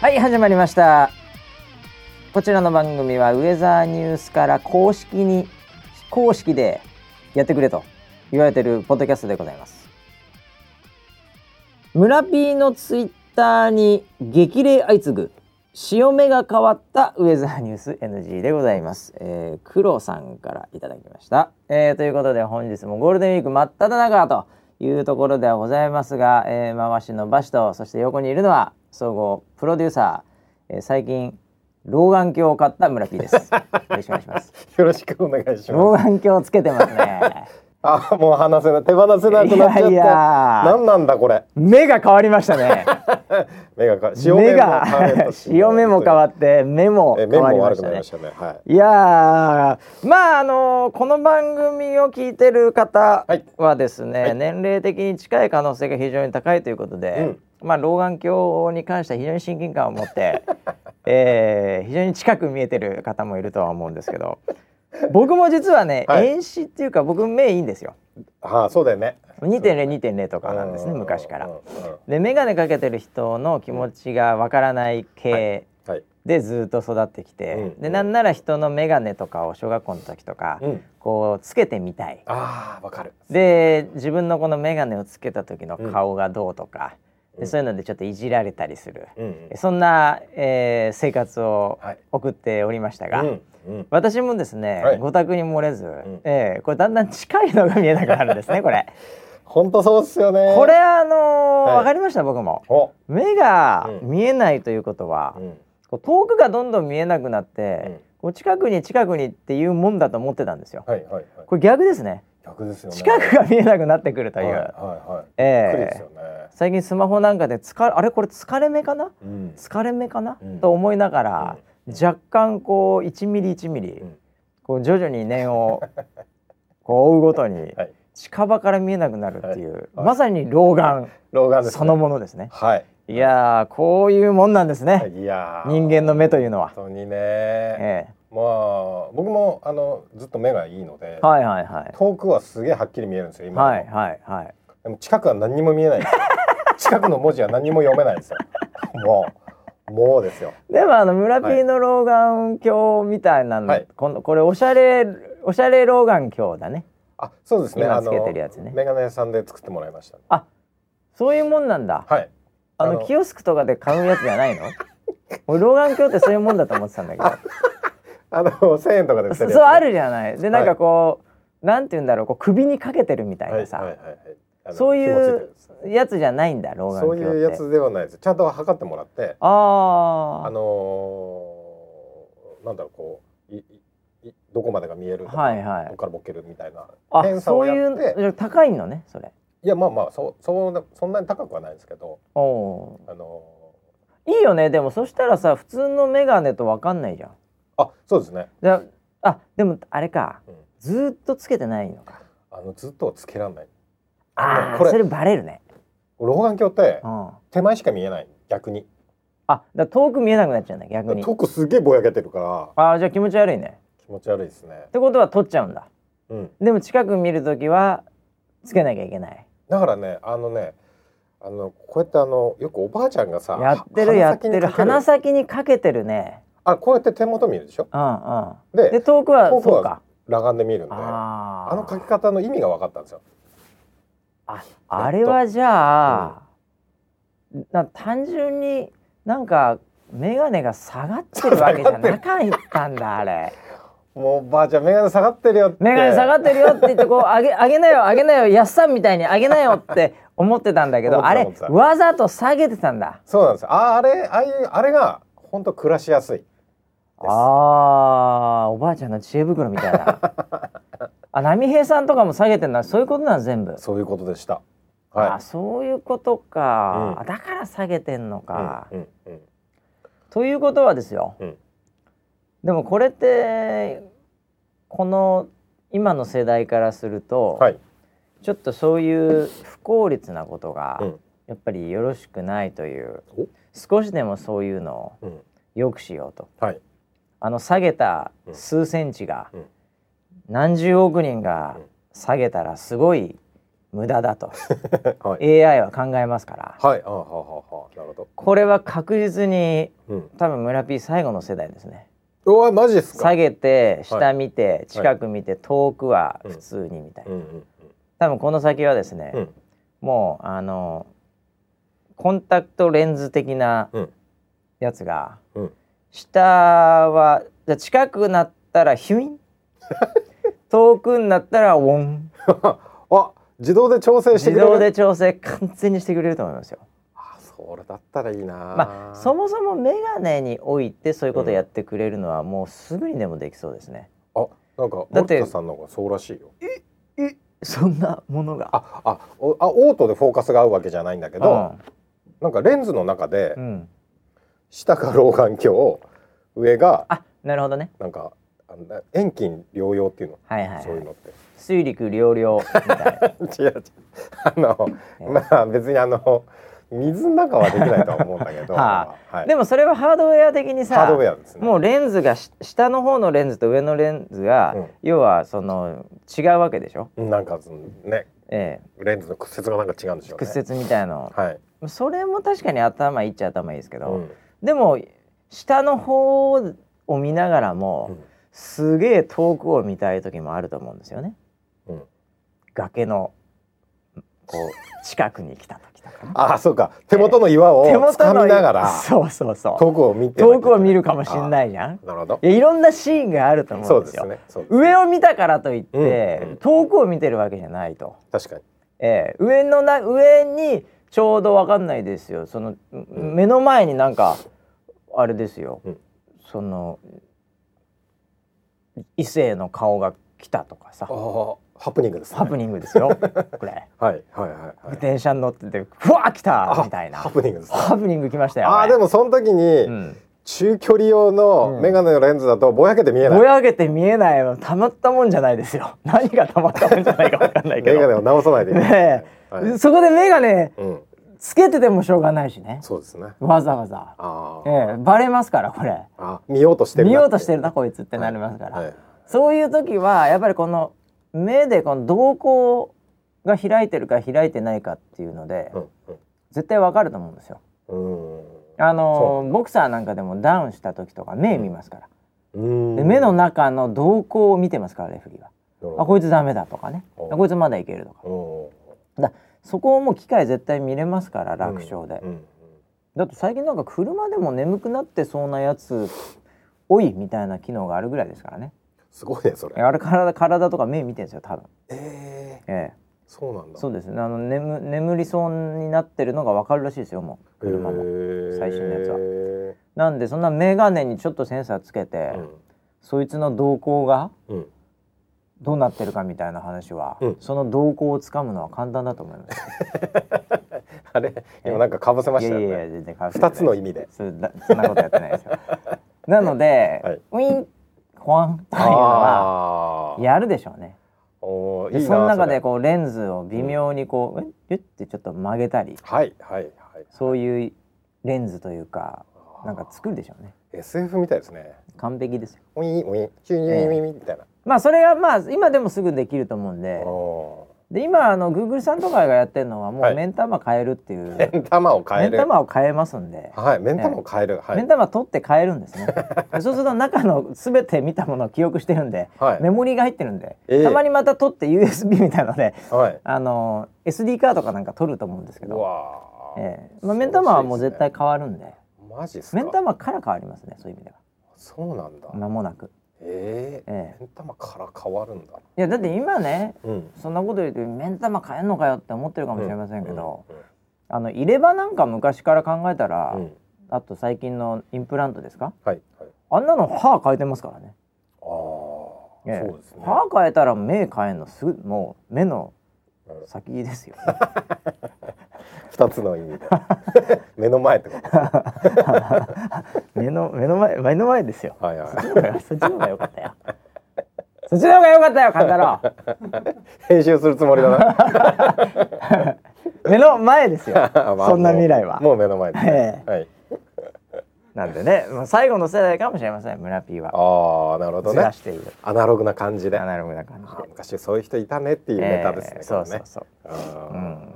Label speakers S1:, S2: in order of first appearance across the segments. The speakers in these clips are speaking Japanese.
S1: はい始まりましたこちらの番組はウェザーニュースから公式に非公式でやってくれと言われてるポッドキャストでございます村 P のツイッターに激励相次ぐ潮目が変わったウェザーニュース NG でございます。えー、黒さんからいただきました。えーということで本日もゴールデンウィーク真っ只中というところではございますが、えー回しのバシとそして横にいるのは総合プロデューサー、えー最近老眼鏡を買った村 P です。よろしくお願いし ます。
S2: よろしくお願いし
S1: 老
S2: ます。
S1: 眼鏡つけてますね。
S2: あ、もう話せない、手放せなくなっちゃった。
S1: いやいや
S2: なんなんだこれ。
S1: 目が変わりましたね。
S2: 目がか、潮
S1: 目
S2: 目も変わ
S1: が
S2: った し
S1: 潮目も変わって目も
S2: え
S1: 変
S2: 目
S1: わり
S2: も
S1: ま
S2: 悪
S1: し
S2: く
S1: た
S2: な
S1: ね
S2: りまし。たね。はい
S1: やーまああのこの番組を聞いてる方
S2: はい
S1: はですね、
S2: はい
S1: 年齢的に近い可能性が非常に高いということで、まあ老眼鏡に関しては非常に親近感を持 って、えー非常に近く見えてる方もいるとは思うんですけど僕も実はね、
S2: はい
S1: 遠視っていうか僕目いいんですよ
S2: い。はあ、そうだよね。
S1: 2.02.0とかなんですね
S2: う
S1: 昔から
S2: うん。うん
S1: で眼鏡かけてる人の気持ちがわからない系
S2: はい。
S1: でずっと育ってきて、
S2: うん
S1: でなんなら人の眼鏡とかを小学校の時とか、
S2: うん。
S1: こうつけてみたい
S2: ああ、わかる。
S1: で自分のこの眼鏡をつけた時の顔がどうとか、
S2: うん
S1: でそういうのでちょっといじられたりする、
S2: うんうん。
S1: そんな、えー生活を
S2: はい
S1: 送っておりましたが、
S2: うんうん。
S1: 私もですね、
S2: はい
S1: ご多宅に漏れず、
S2: ん
S1: えーこれだんだん近いのが見えなくなるんですねこ れ。
S2: 本当そうっすよね。
S1: これ。あのー
S2: はい
S1: わかりました僕も。
S2: お。
S1: 目が
S2: うん
S1: 見えないということは、
S2: うん。
S1: こう遠くがどんどん見えなくなっ
S2: う
S1: て
S2: ん、
S1: こう近くに近くにっていうもんだと思ってたんですよ。
S2: はいはいはい。
S1: これ逆ですね。
S2: 逆ですよね。
S1: 近くが見えなくなってくると。
S2: はいいうはいはい。
S1: え
S2: びっくり
S1: え
S2: ですよね。
S1: 最近スマホなんかで疲れあれこれ疲れ目かな
S2: うん。
S1: 疲れ目かな、
S2: うん
S1: と思いながら、若干こう1ミリ1ミリ、
S2: ん
S1: こう徐々に念を こう追うごとに
S2: はい
S1: 近場から見えなくなるっていう、
S2: はい
S1: まさに老眼
S2: 老眼ですね。
S1: そのものですね。
S2: はい。
S1: いやーこういうもんなんですね、
S2: いやー。
S1: 人間の目というのは。
S2: 本当にね。
S1: え
S2: まあ僕もあのずっと目がいいので、
S1: え、はいはいはい
S2: 遠くはすげえはっきり見えるんですよ今
S1: は
S2: で
S1: い
S2: も,、
S1: はいはい。
S2: でも近くは何にも見えないん ですよ近くの文字は何にも読めないんですよもうもうですよ
S1: でもあの村ピーの老眼鏡みたいなの、
S2: はい
S1: このこれおしゃれおしゃれ老眼鏡だね。
S2: あそうですね
S1: 今
S2: あ
S1: つけてるやつね
S2: メガネ屋さんで作ってもらいました
S1: あそういうもんなんだ。
S2: はい
S1: あの
S2: あの
S1: キオスクとかで買うやつじゃ ないの俺老眼鏡ってそういうもんだと思ってたんだけど
S2: あの1000円とかで売って
S1: そ
S2: るやつ、
S1: そうあるじゃないでなんかこう、なんて言うんだろうこう首にかけてるみたい
S2: はいは
S1: ないさ、
S2: はいはいあの
S1: そうい
S2: 紐つて
S1: う
S2: るやつ
S1: やつじゃないんだ老眼
S2: そう
S1: 鏡って
S2: いうやつではないですちゃんと測ってもらって
S1: あ
S2: あ
S1: あ
S2: のーなんだろうこういいいどこまでが見えるとか、
S1: はいはい
S2: どこからボケるみたいな
S1: あ
S2: 検査
S1: そ
S2: を
S1: う
S2: やって
S1: いう高いのねそれ
S2: いやまあまあそうそうなそんなに高くはないですけど、
S1: おお
S2: あの
S1: ーいいよねでもそしたらさ普通の眼鏡とわかんないじゃん
S2: ーあそうですね。
S1: であでもあれか
S2: うん、
S1: ずーっとつけてないのか
S2: あのずっとはつけらんない。
S1: ああ
S2: これ
S1: それバレるね
S2: 老眼鏡って
S1: うんあ
S2: 手前しか見えない逆に。
S1: だから遠く見えなくなっちゃうんだ
S2: だ
S1: 逆
S2: から
S1: に
S2: 遠くすげえぼやけてるから
S1: ああじゃあ気持ち悪いね
S2: 気持ち悪いですね
S1: っ。てことは取っちゃうんだ
S2: うん。
S1: でも近く見るときはつけなきゃいけない
S2: だからねあのねあのこうやってあのよくおばあちゃんがさ
S1: やって
S2: は
S1: るやって
S2: 鼻先に
S1: る
S2: かけ
S1: 鼻先にかけてるね
S2: あこうやって手元見るでしょ。
S1: うんうん
S2: で
S1: で遠くは
S2: 遠く
S1: そう
S2: は
S1: か
S2: 裸眼で見るんで。あ
S1: あー
S2: の書き方の意味が分かったんですよ。
S1: ああれはじゃあ、な単純になんか眼鏡が下がってるわけじゃなかったんだあ れ
S2: もうおばあちゃん眼鏡下がってるよって。
S1: 眼鏡下が
S2: っ
S1: ってるよって言ってこう上げ上げなよ上げなよやっさんみたいに上げなよって思ってたんだけど
S2: 思っ
S1: あ
S2: てた
S1: れ
S2: 思ってた
S1: わざと下げてたんだ
S2: そうなんですよ。ああれああいうあれが本当暮らしやすい。です
S1: ああーおばあちゃんの知恵袋みたい なあ波平さんとかも下げてるのはそういうことなん全部、
S2: そういうことでした。
S1: あそういうことか、
S2: うん
S1: あだから下げてんのか、
S2: うんうんうん
S1: ということはですよ、
S2: うん
S1: でもこれってこの今の世代からすると、
S2: はい。
S1: ちょっとそういう不効率なことが、
S2: うん
S1: やっぱりよろしくないという
S2: お
S1: 少しでもそういうのを
S2: うん。
S1: 良くしようと
S2: はい。
S1: あの下げた
S2: うん
S1: 数センチが
S2: うん
S1: 何十億人が
S2: うん
S1: 下げたらすごい無駄だと
S2: はい。
S1: AI は考えますから
S2: はい。ああはあはあはあ。なるほど。
S1: これは確実に
S2: うん。
S1: 多分村 P 最後の世代ですね
S2: うわマジですか。
S1: 下げて下見て、近く見て遠くは普通にみたいな、
S2: うんうん
S1: 多分この先はですね、
S2: うん。 うん。
S1: もうあのコンタクトレンズ的な
S2: うん
S1: やつが、
S2: うん
S1: 下はじゃあ近くなったらヒュイ ン遠くになったらウォン
S2: あ自動で調整し て
S1: 自
S2: くれる。
S1: 動で調整完全にしてくれると思いますよ。
S2: あそれだったらいいな。
S1: まあそもそもメガネにおいてそういうことをやってくれるのはもうすぐにでもできそうですね。
S2: あなんか
S1: だ
S2: 森
S1: って
S2: 田さんの方がそうらしいよ。
S1: そんなものが。
S2: ああおあオートでフォーカスが合うわけじゃないんだけど、なんかレンズの中で
S1: うん、うん。
S2: 下が老眼鏡上が
S1: あなるほどね。
S2: なんかあのな遠近療養っていうの、
S1: はいはい、
S2: そう
S1: はい
S2: いう。のって。
S1: 水陸両用みたいな。
S2: 違う違うあの、まあ別にあの水の中はできないとは思うんだけ ど、
S1: は
S2: はい
S1: でもそれはハードウェア的にさ
S2: ハードウェアですね。
S1: もうレンズがし下の方のレンズと上のレンズが、
S2: うん
S1: 要はその違うわけでしょ、
S2: なんかそのね
S1: ええ
S2: レンズの屈折がなんか違うんでしょうね。
S1: 屈折みたいの、
S2: はい。
S1: それも確かに頭いいっちゃ頭いいですけ
S2: う
S1: ど、
S2: ん
S1: でも下の方を見ながらも、
S2: うん
S1: すげえ遠くを見たい時もあると思うんですよね
S2: うん。
S1: 崖のこう近くに来た時とかね
S2: ああそうか手元の岩を
S1: 手元の
S2: 掴みながら
S1: そうそうそう
S2: 遠くを見てなきゃいけな
S1: 遠
S2: い
S1: くを見るかもしんないじゃん
S2: なるほど
S1: い。やいろんなシーンがあると思
S2: そううん
S1: で
S2: です
S1: よ
S2: すね。そうですね
S1: 上を見たからといって、
S2: うんうん
S1: 遠くを見てるわけじゃないと、
S2: 確かに。
S1: ええ上のな上にちょうどわかんないですよその、
S2: ん
S1: 目の前になんかあれですよ、
S2: うん
S1: その異性の顔が来たとかさ
S2: ああハプニングですね。
S1: ハプニングですよこれ
S2: はいはい はいはい。
S1: 電車に乗ってて「ふわー来た!」みたいな
S2: ハ
S1: ハ
S2: プニングですね。
S1: プニング来ましたよ
S2: ああで
S1: こ
S2: もその時
S1: れう
S2: に
S1: ん
S2: 中距離用のメガネのレンズだとぼやけて見えない
S1: ぼ。やけて見えないのたまったもんじゃないです よ何がたまったもんじゃないかわかんないけ
S2: メ
S1: ど
S2: ガネを直さないでい い。
S1: ねえ、
S2: はい
S1: そこで眼鏡
S2: うん。
S1: つけててもしょうがないしね
S2: そうですね。
S1: わざわざ、
S2: あ
S1: え
S2: ー
S1: え、バレますからこれ
S2: あ、見ようとしてるな。
S1: 見ようとして
S2: る。
S1: るなこいつってなりますから、
S2: はい。
S1: そういう時はやっぱりこの目でこの瞳孔が開いてるか開いてないかっていうので、
S2: うん
S1: 絶対わかると思うんですよ。
S2: うん。
S1: あのーボクサーなんかでもダウンした時とか目見ますから、
S2: うん。
S1: で目の中の瞳孔を見てますからレフェリーは、あ
S2: あ、こ
S1: こいつダメだとかねあ
S2: うん
S1: こいつまだいけるとかそこをもう機械絶対見れますから楽勝で、
S2: うんうん
S1: だって最近なんか車でも眠くなってそうなやつ多いみたいな機能があるぐらいですからね
S2: すごいねそれ。
S1: あれ体体とか目見てるんですよ多分、
S2: ええ、
S1: ええ、
S2: そうなんだ。
S1: そうですねあの眠眠りそうになってるのが分かるらしいですよもう車も、
S2: も
S1: 最新のやつは
S2: は。
S1: なんでそんな眼鏡にちょっとセンサーつけて、そいつの動向が
S2: うん。うん。
S1: どうなってるかみたいな話は、
S2: うん
S1: その動向をつかむのは簡単だと思います
S2: あれ、今なんかか ぶせま
S1: い
S2: し
S1: や
S2: たよ
S1: いやい
S2: ね。
S1: や全然変わ
S2: 二つの意味で。
S1: それだそんなことやってないですよなので、
S2: はい
S1: ウィンホワンというのは
S2: ああ。
S1: やるでしょうね
S2: おー
S1: で
S2: いいな。
S1: その中
S2: れ
S1: でこうレンズを微妙にこう、うん、えってちょっと曲げたり
S2: はいはいはい。
S1: そういうレンズというか
S2: あー
S1: なんか作るでしょうね
S2: SF みたいですね。
S1: 完璧ですよ
S2: ウィンウィンチューニューニューニューニューみたいな。
S1: まあそれがまあ今でもすぐできると思うんで
S2: お
S1: で今あの Google さんとかがやってるのはも
S2: は
S1: う
S2: い
S1: 目ん玉変えるって いう、
S2: ー。目ん玉を変え
S1: 目ん
S2: る。
S1: 玉を変えますんで、
S2: はい、目ん玉を変える。は
S1: 目ん
S2: い。
S1: 玉取って変えるんです ねそうすると中の全て見たものを記憶してるんで、
S2: はい
S1: メモリーが入ってるんで、
S2: ええ
S1: たまにまた取って USB みたいので
S2: はい。
S1: あの SD カードかなんか取ると思うんですけ
S2: う
S1: ど、
S2: わあ。
S1: ええまあ、目ん玉はもう絶対変わるんで
S2: マジっすか。
S1: 目ん玉から変わりますねそういう意味では
S2: そうなんだ。
S1: 間もなく、
S2: ええ
S1: ええ
S2: 目ん玉から変わるんだ。
S1: いやだって今ね
S2: うん。
S1: そんなこと言うと目ん玉変えんのかよって思ってるかもしれませんけど、
S2: うん。
S1: あの入れ歯なんか昔から考えたら、
S2: うんうん
S1: あと最近のインプラントですか
S2: はいはい。
S1: あんなの歯変えてますからね、
S2: ああ。そう
S1: ええ
S2: ですね。
S1: 歯変えたら目変えんのすぐもう目の
S2: うん
S1: 先です よ
S2: 二つの意味で。 目の前ってことですね。
S1: 目の目の前目の前ですよ
S2: はいはい。
S1: そっちの方が良かったよそっちの方が良かったよ勘太郎
S2: 編集するつもりだ な。
S1: 目の前ですよ
S2: まあ
S1: そんな未来は
S2: もうもう目の前ですね。はい。
S1: なんでね、まあ、最後の世代かもしれません村 P は
S2: ああなるほど
S1: ずら
S2: ね
S1: している
S2: アナログな感じで
S1: アナログな感じで
S2: 昔そういう人いたねっていうネタですね、
S1: えー
S2: こ
S1: そ
S2: れ
S1: うそう
S2: ね
S1: そう
S2: う
S1: うん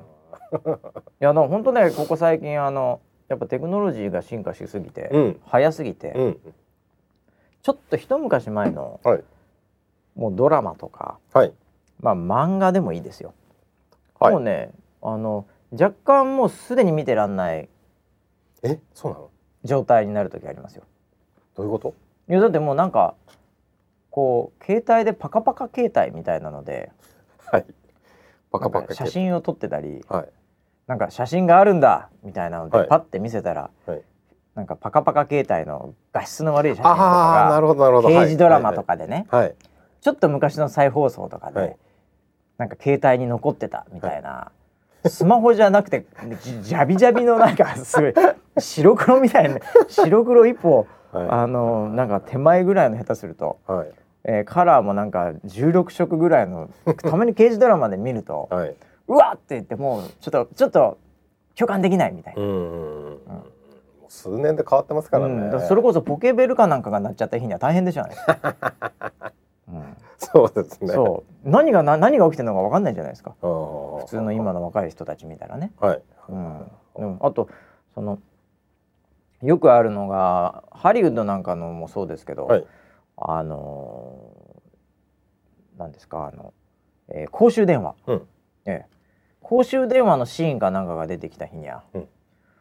S1: いやでも本当ねここ最近あのやっぱテクノロジーが進化しすぎて、
S2: うん
S1: 早すぎて、
S2: ん、うん、
S1: ちょっと一昔前の
S2: はい
S1: もうドラマとか、
S2: はい
S1: まあ、漫画でもいいですよ、
S2: はい
S1: もうねあの若干もうすでに見てらんない
S2: えそうなの
S1: 状態になる時ありますよ。
S2: どういうこと
S1: いやだってもうなんかこう携帯でパカパカ携帯みたいなので
S2: はいパカパ
S1: なんか
S2: カ
S1: 写真を撮ってたり
S2: はい
S1: なんか写真があるんだみたいなので、
S2: はい
S1: パッて見せたら、
S2: はい
S1: なんかパカパカ携帯の画質の悪い写真と
S2: ああな
S1: か
S2: るほどなる
S1: が
S2: ほど
S1: 刑事ドラマとかでね、
S2: はい
S1: ちょっと昔の再放送とかで、
S2: はい
S1: なんか携帯に残ってたみたいな、スマホじゃなくてじじゃびじゃびのなんかすごい白黒みたいな白黒一歩、
S2: はい
S1: あのなんか手前ぐらいの下手すると。
S2: はい
S1: えーカラーもなんか16色ぐらいのたまに刑事ドラマで見ると
S2: はいはい、
S1: うわって言ってもうちょっとちょっと共感できないみたいな
S2: う、んうんうんもう数年で変わってますからね、
S1: うんだからそれこそポケベルかなんかがなっちゃった日には大変でしょ うね、
S2: そうです
S1: うん、
S2: ね
S1: そう何がな何が起きてるのか分かんないじゃないですか
S2: 普
S1: 普通の今の若い人たち見たらね、
S2: はい
S1: うんうん、あとそのよくあるのがハリウッドなんかのもそうですけど、
S2: はい
S1: あのーなんですかあの、えー公衆電話、
S2: うん
S1: ええ公衆電話のシーンかなんかが出てきた日には、
S2: うん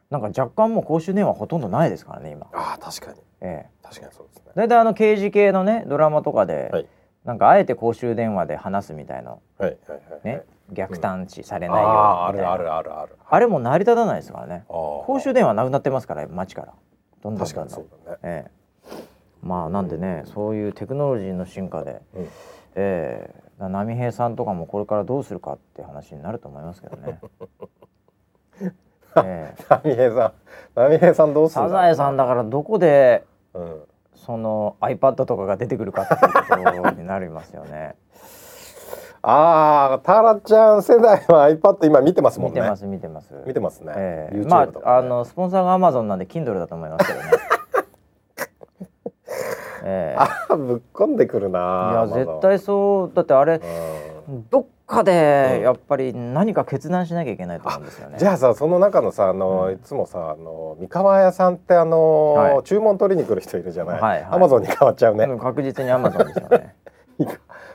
S1: なんか若干もう公衆電話ほとんどないですからね今、
S2: ああ確かに
S1: ええ、
S2: 確かにそうですね
S1: 大体あの刑事系のねドラマとかで、
S2: はい
S1: なんかあえて公衆電話で話すみたいな
S2: はいはいはいはい
S1: ね、逆探知され
S2: あ
S1: ないように
S2: ああ
S1: みたい
S2: る
S1: な
S2: あるあるある
S1: あれも成り立たないですからね
S2: あー
S1: 公衆電話なくなってますから街からどんどんどんどん
S2: 確かにそうだね
S1: ええまあなんでねそういうテクノロジーの進化で、
S2: うん
S1: ええだ波平さんとかもこれからどうするかって話になると思いますけ どね。ええ
S2: 波平さん波平さんどうする
S1: サ
S2: ん
S1: ザ
S2: だ
S1: エさんだからどこで
S2: うん
S1: その iPad とかが出てくるかっていうことになりますよ ね。
S2: ああタラちゃん世代は iPad 今見てますも
S1: 見
S2: んね
S1: てます見てます。
S2: 見てますね、
S1: ええ
S2: YouTube
S1: ま
S2: とかね
S1: ああのスポンサーが Amazon なんで Kindle だと思いますけど ね。ええ
S2: あーぶっこんでくるな
S1: や
S2: い
S1: 絶対そうだってあれどっかで
S2: うん
S1: やっぱり何か決断しなきゃいけないと思うんですよね。
S2: じゃあさその中のさあの、
S1: うん
S2: いつもさあの三河屋さんってあの、
S1: はい
S2: 注文取りに来る人いるじゃない、
S1: はいはい
S2: アマゾンに変わっちゃうね、
S1: うん確実に Amazon ですよね。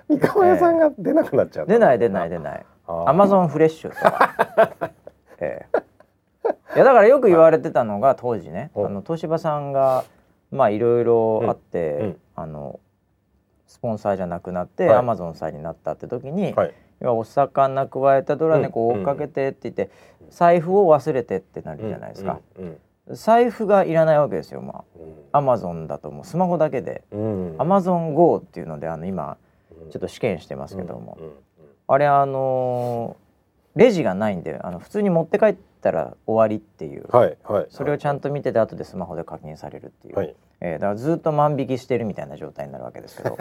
S2: 三河屋さんが 出なくなっちゃう、
S1: 出ない出ない出ない。
S2: あー
S1: Amazon フレッシュとか。 ええいやだからよく言われてたのが当時ね、
S2: うん
S1: あの東芝さんがまあいろいろあって、
S2: うんうん
S1: あのスポンサーじゃなくなって、
S2: はい
S1: Amazon さんになったって時に、
S2: はい
S1: 要はお魚加えたドラ猫を追っかけてって言って、財布を忘れてってなるじゃないですか、
S2: うんうん
S1: 財布がいらないわけですよま
S2: うん
S1: あ Amazon だともうスマホだけで、
S2: うん、
S1: AmazonGo っていうのであの今
S2: うん
S1: ちょっと試験してますけども、
S2: うんうん
S1: あれあのーレジがないんであの普通に持って帰ったら終わりっていう、
S2: はいはい
S1: それをちゃんと見てて後でスマホで確認されるっていう、
S2: はい
S1: えーだからずっと万引きしてるみたいな状態になるわけですけど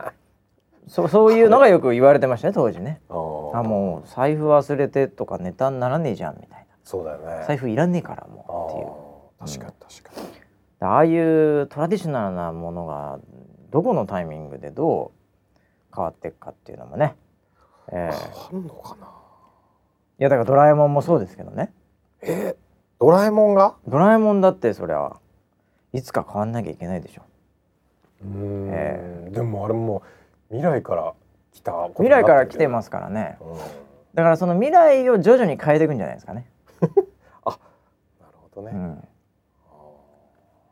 S1: そそういうのがよく言われてましたね当時ね
S2: あー
S1: あもう財布忘れてとかネタにならねえじゃんみたい
S2: そうだよね
S1: な財布いらねえからもうっていう
S2: あー確かに確かに、
S1: でああいうトラディショナルなものがどこのタイミングでどう変わっていくかっていうのもね、えーい
S2: あんのかな
S1: やだから「ドラえもん」もそうですけどね
S2: えードラえもんが
S1: 「ドラえもん」だってそりゃいつか変わんなきゃいけないでしょ
S2: うーん
S1: え
S2: でもあれもう未来から来たこと
S1: 未
S2: になっ
S1: 来
S2: る
S1: から来てますからね
S2: うんなる
S1: だからその未来を徐々に変えていくんじゃないですかね、
S2: ほど
S1: う
S2: ね、
S1: ん、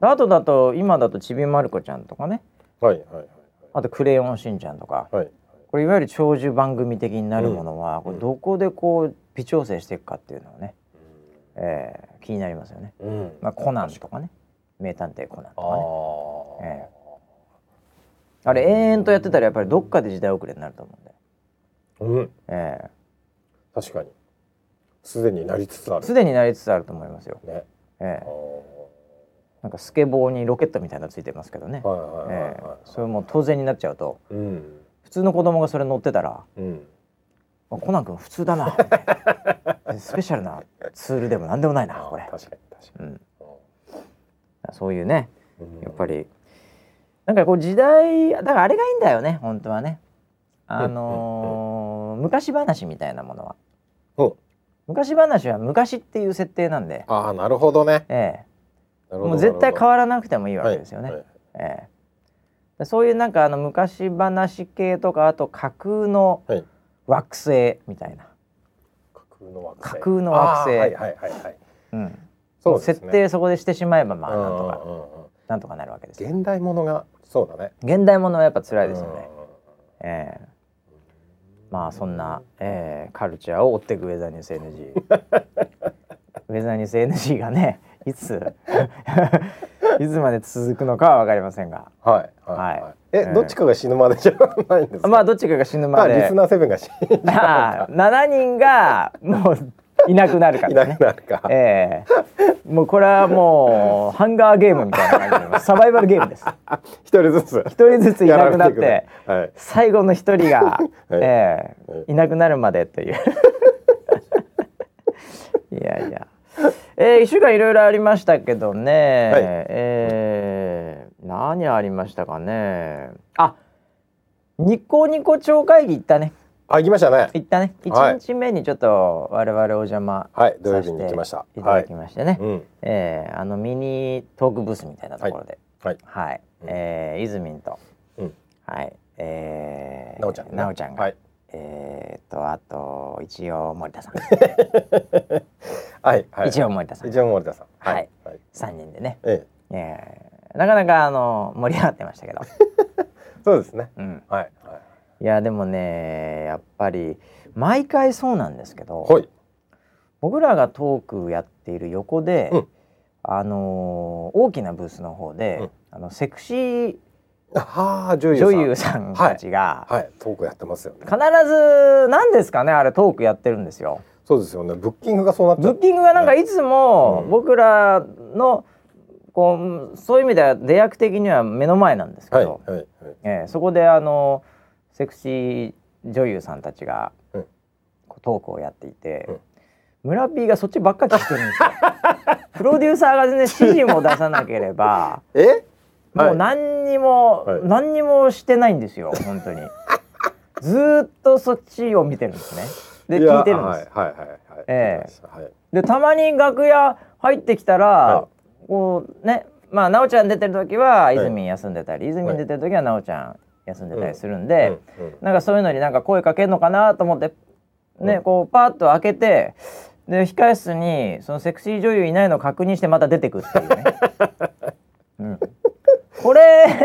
S1: あとだと今だと「ちびまる子ちゃん」とかね
S2: はいはいはい
S1: あと「クレヨンしんちゃん」とか
S2: はい
S1: これいわゆる長寿番組的になるものは、
S2: ん
S1: これどこでこう微調整していくかっていうのはね、えー気になりますよね。
S2: うん、うん
S1: まあ、コナンとかね名探偵コナンと
S2: あ
S1: かね
S2: ー、
S1: えあれ延々とやってたらやっぱりどっかで時代遅れになると思うんで、
S2: うん
S1: え
S2: 確かにすでになりつつあ
S1: え
S2: る
S1: すでになりつつあると思いますよ、
S2: ね
S1: え
S2: あ
S1: え
S2: ー
S1: なんかスケボーにロケットみたいなのついてますけどね、
S2: はいはいはい
S1: ええ
S2: はい、
S1: それもう当然になっちゃうと
S2: うん
S1: 普通の子供がそれ乗ってたら
S2: うん
S1: 「あコナン君普通だ な」みたいなスペシャルなツールでも何でもないなこれ
S2: 確かに確か
S1: うん
S2: に、うん
S1: えそういうね
S2: うん
S1: やっぱりなんかこう時代だからあれがいいんだよね本当はねあのー昔話みたいなものは
S2: ほ
S1: 昔話は昔っていう設定なんで、
S2: ああなるほどね
S1: ええ、
S2: なるほど
S1: もう絶対変
S2: わ
S1: わらなくてもいいわけですよね、ええ、そういうなんかあの昔話系とかあと架空の
S2: はい
S1: 惑星みたいな、
S2: 架空の惑星
S1: 架空の惑星
S2: あーはいはいはいはい
S1: うん、
S2: そうですね
S1: 設定そこでしてしまえばまあ
S2: うん
S1: なんとか
S2: うんうんうん
S1: なんとかなるわけですよ
S2: 現代ものがそうだね
S1: 現代ものはやっぱ辛いですよね、
S2: うん
S1: ええまあそんな、ええカルチャーを追っていくウェザーニュース NG ウェザーニュース NG がねいつ いつまで続くのかは分かりませんが
S2: はい
S1: はい
S2: え、
S1: ええ
S2: どっちかが死ぬまでじゃないんですか
S1: まあどっちかが死ぬ
S2: ま
S1: ま
S2: あ
S1: で
S2: リスナーセブンが死んじ
S1: あ
S2: ゃ
S1: あ7人がもういなくなるか
S2: うい
S1: ら
S2: な
S1: ね
S2: くな るか
S1: ええもうこれはもうハンガーゲームみたいな感じでサバイバルゲームです
S2: 一人ずつ
S1: 一人ずついなくなっ
S2: やら
S1: て
S2: れいくはい
S1: 最後の一人 が、ええ
S2: はい
S1: いなくなるまで といういやいや、えー、1週間いろいろありましたけどね、
S2: はい
S1: えー何ありましたかねあニコニコ超会議行ったね
S2: あ行きましたね
S1: 行ったね
S2: はい
S1: 1日目にちょっと我々お邪魔
S2: はい土
S1: さ
S2: 曜
S1: せ
S2: 日に
S1: て
S2: 行きました
S1: いた
S2: は
S1: だ
S2: い
S1: きましてね、
S2: うん
S1: えーあのミニトークブースみたいなところで
S2: はい
S1: はい、
S2: うん
S1: えー、イズミンと、
S2: うん
S1: はいえー、
S2: なおちゃんね
S1: なおちゃんが、
S2: はい
S1: えー、とあと一応森田さん
S2: はいは い
S1: 一応森田さん
S2: 一応森田さん
S1: はい
S2: はい
S1: 3人でね、
S2: ええ
S1: えー、なかなかあの盛り上がってましたけど、
S2: そうですね
S1: うん、
S2: はいはい
S1: いやでもねやっぱり毎回そうなんですけど、
S2: ほい
S1: 僕らがトークやっている横で、
S2: うん
S1: あのー大きなブースの方で、
S2: うん
S1: あのセクシー
S2: ああ女優さん
S1: 女優さんたちが、
S2: はいトークやってますよね
S1: 必ず何ですかねあれトークやってるんですよ。
S2: そうですよねブッキングがそうなっち
S1: ブ
S2: ゃう
S1: ッキングがなんかいつも
S2: うん
S1: 僕らのこうそういう意味では出役的には目の前なんですけ
S2: はい
S1: ど、
S2: はいはい
S1: ええそこであのセクシー女優さんたちが、
S2: うん
S1: こうトークをやっていて、
S2: うん
S1: 村 P がそっちばっか聞いてるん ですよ。プロデューサーが全然指示も出さなければ
S2: えはい
S1: もう何にも、
S2: はい
S1: 何にもしてないんですよ本 当に。ずーっとそっちを見てるんですね。で
S2: や
S1: 聞いてるんです。
S2: はいはいはいはい
S1: ええ
S2: はい
S1: でたまに楽屋入ってきたら、
S2: は
S1: こうねまあ奈緒ちゃん出てる時はい泉休んでたり、泉出てる時は奈緒ちゃん休んでたりするんで、
S2: うんうん
S1: なんかそういうのになんか声かけるのかなと思ってね、
S2: うん
S1: こうパッと開けてで控室にそのセクシー女優いないの確認してまた出てくって いうね。うんこれ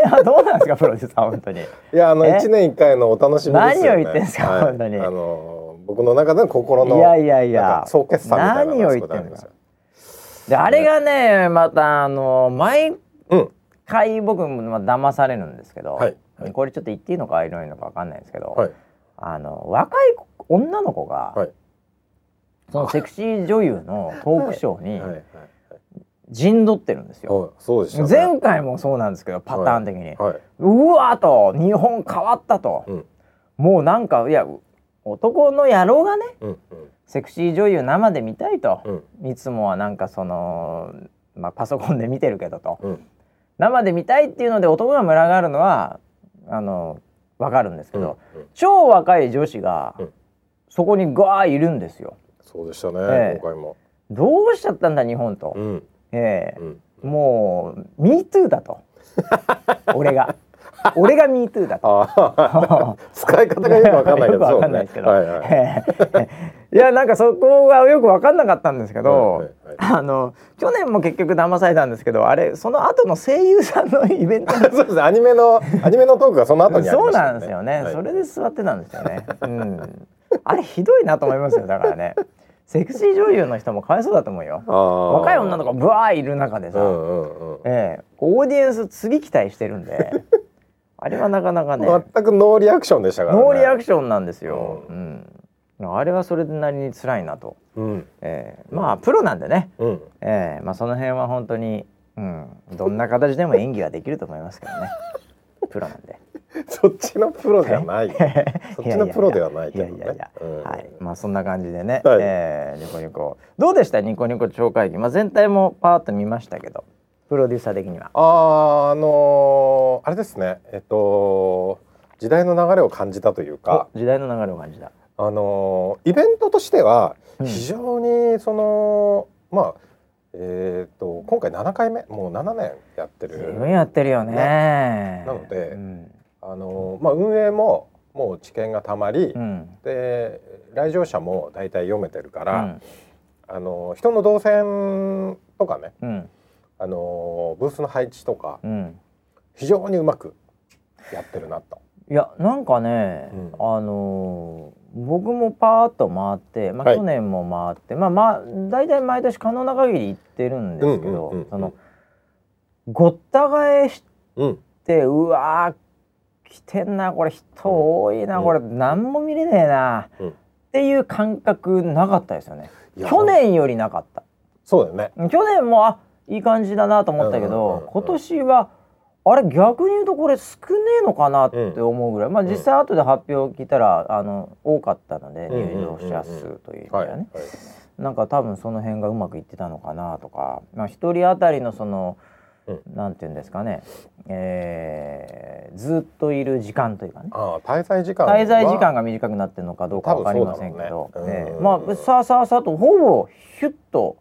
S1: はどうなんですかプロデューサー本当に。
S2: いやあの
S1: え
S2: 一年一回のお楽しみですよ、
S1: 何を
S2: ね。
S1: 言ってんすか
S2: はい
S1: 本当に
S2: あの僕の中での心
S1: い
S2: の
S1: やいやい
S2: なん
S1: や
S2: か総決算みたいなの
S1: 何
S2: が
S1: を
S2: そ
S1: 言っ
S2: こ
S1: て
S2: で
S1: ん
S2: あ
S1: の
S2: りま
S1: か
S2: すよ。
S1: であれがねまたあの毎
S2: うん
S1: 回僕もまあ騙されるんですけど、
S2: はいはい
S1: これちょっと言っていいのか言わないのかわかんないんですけど、
S2: はい
S1: あの若い女の子が、
S2: はい
S1: そのセクシー女優のトークショー
S2: はいは
S1: に
S2: い
S1: 陣取ってるんですよ。
S2: はいそうでしたね。
S1: 前回もそうなんですけどパターン的に、
S2: はい。
S1: うわーと日本変わったと、
S2: うん
S1: もうなんかいや男の野郎がね
S2: うんうん
S1: セクシー女優生で見たいと、
S2: うん
S1: いつもはなんかその、まあ、パソコンで見てるけどと、
S2: うん
S1: 生で見たいっていうので男が群がるのはあのわかるんですけ
S2: う
S1: ど、
S2: んうん
S1: 超若い女子が、
S2: うん
S1: そこにガーいるんですよ。
S2: そうでしたね、
S1: ええ
S2: 今回も。
S1: どうしちゃったんだ日本と、
S2: うん
S1: ええ
S2: うん。
S1: もう「MeToo」だ と俺が俺が「MeToo」だと。
S2: ああ使い方がよくわかんないけ
S1: よく
S2: ど、
S1: わかんないですけど
S2: そうねはいはい。
S1: いやなんかそこがよく分かんなかったんですけど、
S2: はいはい
S1: あの去年も結局騙されたんですけどあれその後の声優さんのイベントに
S2: そうですねアニメのアニメのトークがその後にあり
S1: そ
S2: ま
S1: う
S2: したよ
S1: な
S2: ね。
S1: んですよね、
S2: はい
S1: それで座ってたんですよね、うん、あれひどいなと思いますよだからねセクシー女優の人もかわいそうだと思うよ
S2: ああ
S1: 若い女の子がブワーいる中でさ、
S2: うんうんうん。
S1: ええこうオーディエンス次期待してるんであれはなかなかね
S2: 全くノーリアクションでしたからね。
S1: ノーリアク
S2: シ
S1: ションなんですよ、
S2: う
S1: うんあれはそれなりに辛いなと、
S2: ョン。うん
S1: ええまあプロなんでね
S2: うん。
S1: ええまあその辺は本当に、うん、どんな形でも演技はできると思いますけどねプロなんで
S2: そっちのプロじゃ ない。そっちのプロではないけどね
S1: いやいやいや
S2: うん
S1: はいまあそんな感じでね、
S2: はい
S1: ええニコニコどうでしたニコニコ超会議まあ全体もパーッと見ましたけどププロデューサー的には。
S2: あーあのーあれですねえっと時代の流れを感じたというか
S1: お時代の流れを感じた。
S2: あのーイベントとしては
S1: うん
S2: 非常にその、まあえっと今回7回目もう7年やって
S1: 自
S2: る
S1: 分やってるよね。
S2: なので
S1: うん。
S2: あのー、まあ、運営ももう知見がたまり、
S1: うん。
S2: で来場者も大体読めてるから、
S1: うん
S2: あのー人の動線とかね
S1: うん。
S2: あのーブースの配置とか
S1: うん。
S2: 非常にうまくやってるなと。
S1: いやなんかね、
S2: うん
S1: あのー僕もパーッと回って、まあ、
S2: はい
S1: 去年も回って、まあまあ大体毎年可能な限り行ってるんですけど、
S2: うんうんうんうん
S1: そのごった返し
S2: うん、
S1: てうわー来てんなこれ人多いな、
S2: うん
S1: これ何も見れねえな、
S2: うん
S1: っていう感覚なかったですよね
S2: いや
S1: 去年よりなかった
S2: そうだよね
S1: 去年もあいい感じだなと思ったけど、
S2: うんうんうんうん
S1: 今年はあれ逆に言うとこれ少ねえのかなって思うぐらい、まあ
S2: うん
S1: 実際後で発表聞いたらあの多かったので
S2: うんうん
S1: 入
S2: うんうん
S1: 場者数という意味では
S2: は
S1: ね、
S2: い、はい、
S1: なんか多分その辺がうまくいってたのかなとか、まあ、一人当たりのその、
S2: うん
S1: なんて言うんですかね、えーずっといる時間というかね
S2: ああ滞在時間は
S1: 滞在時間が短くなってるのかどうか分かりませんけど
S2: 多分、そうだろうね
S1: ええ
S2: うん
S1: まあさあさあさあとほぼヒュッと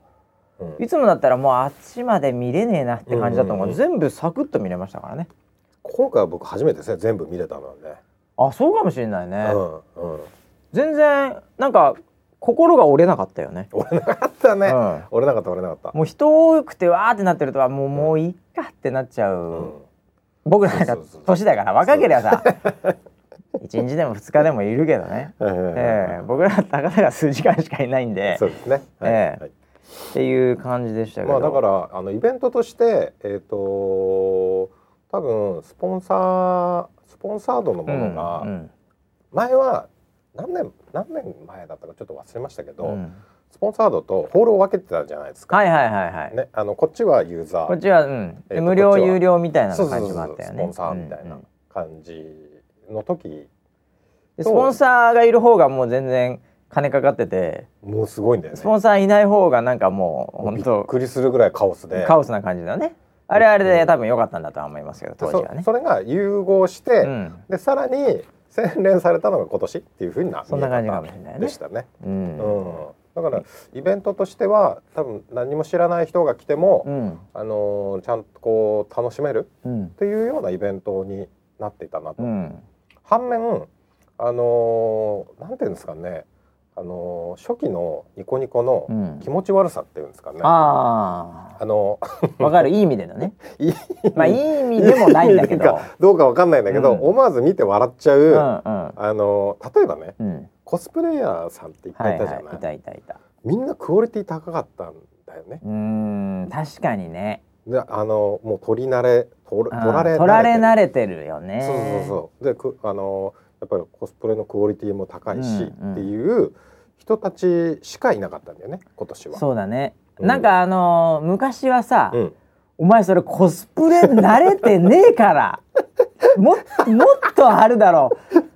S2: うん
S1: いつもだったらもうあっちまで見れねえなって感じだったのが、
S2: うんうんうん
S1: 全部サクッと見れましたからね
S2: 今回は僕初めてですね全部見れたので、
S1: あそうかもしれないね、
S2: うんうん
S1: 全然なんか心が折れなかったよね
S2: 折れなかったね、
S1: うん
S2: 折れなかった折れなかった
S1: もう人多くてわーってなってるとあもうもういいかってなっちゃう、
S2: うん
S1: 僕らが
S2: そうそうそう
S1: 年だから若ければさ一日でも二日でもいるけど ね、
S2: ええ
S1: ええ僕らたかだか数時間しかいないんで
S2: そうですね、はい
S1: ええ
S2: はい
S1: っていう感じでしたけ
S2: ま
S1: ど、
S2: あだからあのイベントとしてえっ、と多分スポンサースポンサードのものが、
S1: うんうん
S2: 前は何年何年前だったかちょっと忘れましたけど、
S1: うん
S2: スポンサードとホールを分けてたじゃないですか、
S1: はいはいはいはい、
S2: ねあのこっちはユーザ
S1: こっ
S2: ー
S1: ちは、うん、
S2: えっと
S1: 無料
S2: こっちは
S1: 有料みたいな
S2: そうそ
S1: 感
S2: うそう
S1: じ
S2: そう
S1: もあったよ
S2: ス
S1: ね
S2: ポンサーみたい
S1: うんう
S2: なん感じの時、
S1: でスポンサーがいる方がもう全然金かかってて
S2: もうすごいんだよね
S1: スポンサーいない方がなんかもう本
S2: びっ
S1: 当
S2: くりするぐらいカオスで
S1: カオスな感じだよねあれはあれ
S2: う
S1: で
S2: ん
S1: 多分良かったんだとは思いますけど当時は
S2: そ
S1: ね
S2: それが融合して、
S1: うん、
S2: でさらに洗練されたのが今年っていうふうな
S1: そんな感じかもしれないね
S2: でしたね。
S1: うん
S2: うん、だからイベントとしては多分何も知らない人が来ても、
S1: うん
S2: あのーちゃんとこう楽しめる
S1: うん
S2: っていうようなイベントになっていたなと。
S1: うん
S2: 反面あのーなんていうんですかね、あのー初期のニコニコの
S1: うん
S2: 気持ち悪さっていうんですかね。あ
S1: あ
S2: の
S1: あわかるいい意味での ね
S2: いい
S1: まあいい意味でもないんだけど
S2: かどうかわかんないんだけど、
S1: うん
S2: 思わず見て笑っちゃう、
S1: うん
S2: あ
S1: うん
S2: のー例えばね
S1: うん
S2: コスプレイヤーさんっていっぱ
S1: はいい
S2: いたじゃない、
S1: はいいたいたいた
S2: みんなクオリティ高かったんだよね。
S1: うーん確かにね
S2: であのもう取り慣れ取る取
S1: うん
S2: られ
S1: 取られ慣
S2: れ
S1: れてるよね
S2: てるそうそうそうでくあのやっぱりコスプレのクオリティも高いし、
S1: うんうん
S2: っていう人たちしかいなかったんだよね今年は。
S1: そうだね、
S2: うん
S1: なんかあのー昔はさ、
S2: うん、
S1: お前それコスプレ慣れてねえからももっとあるだろ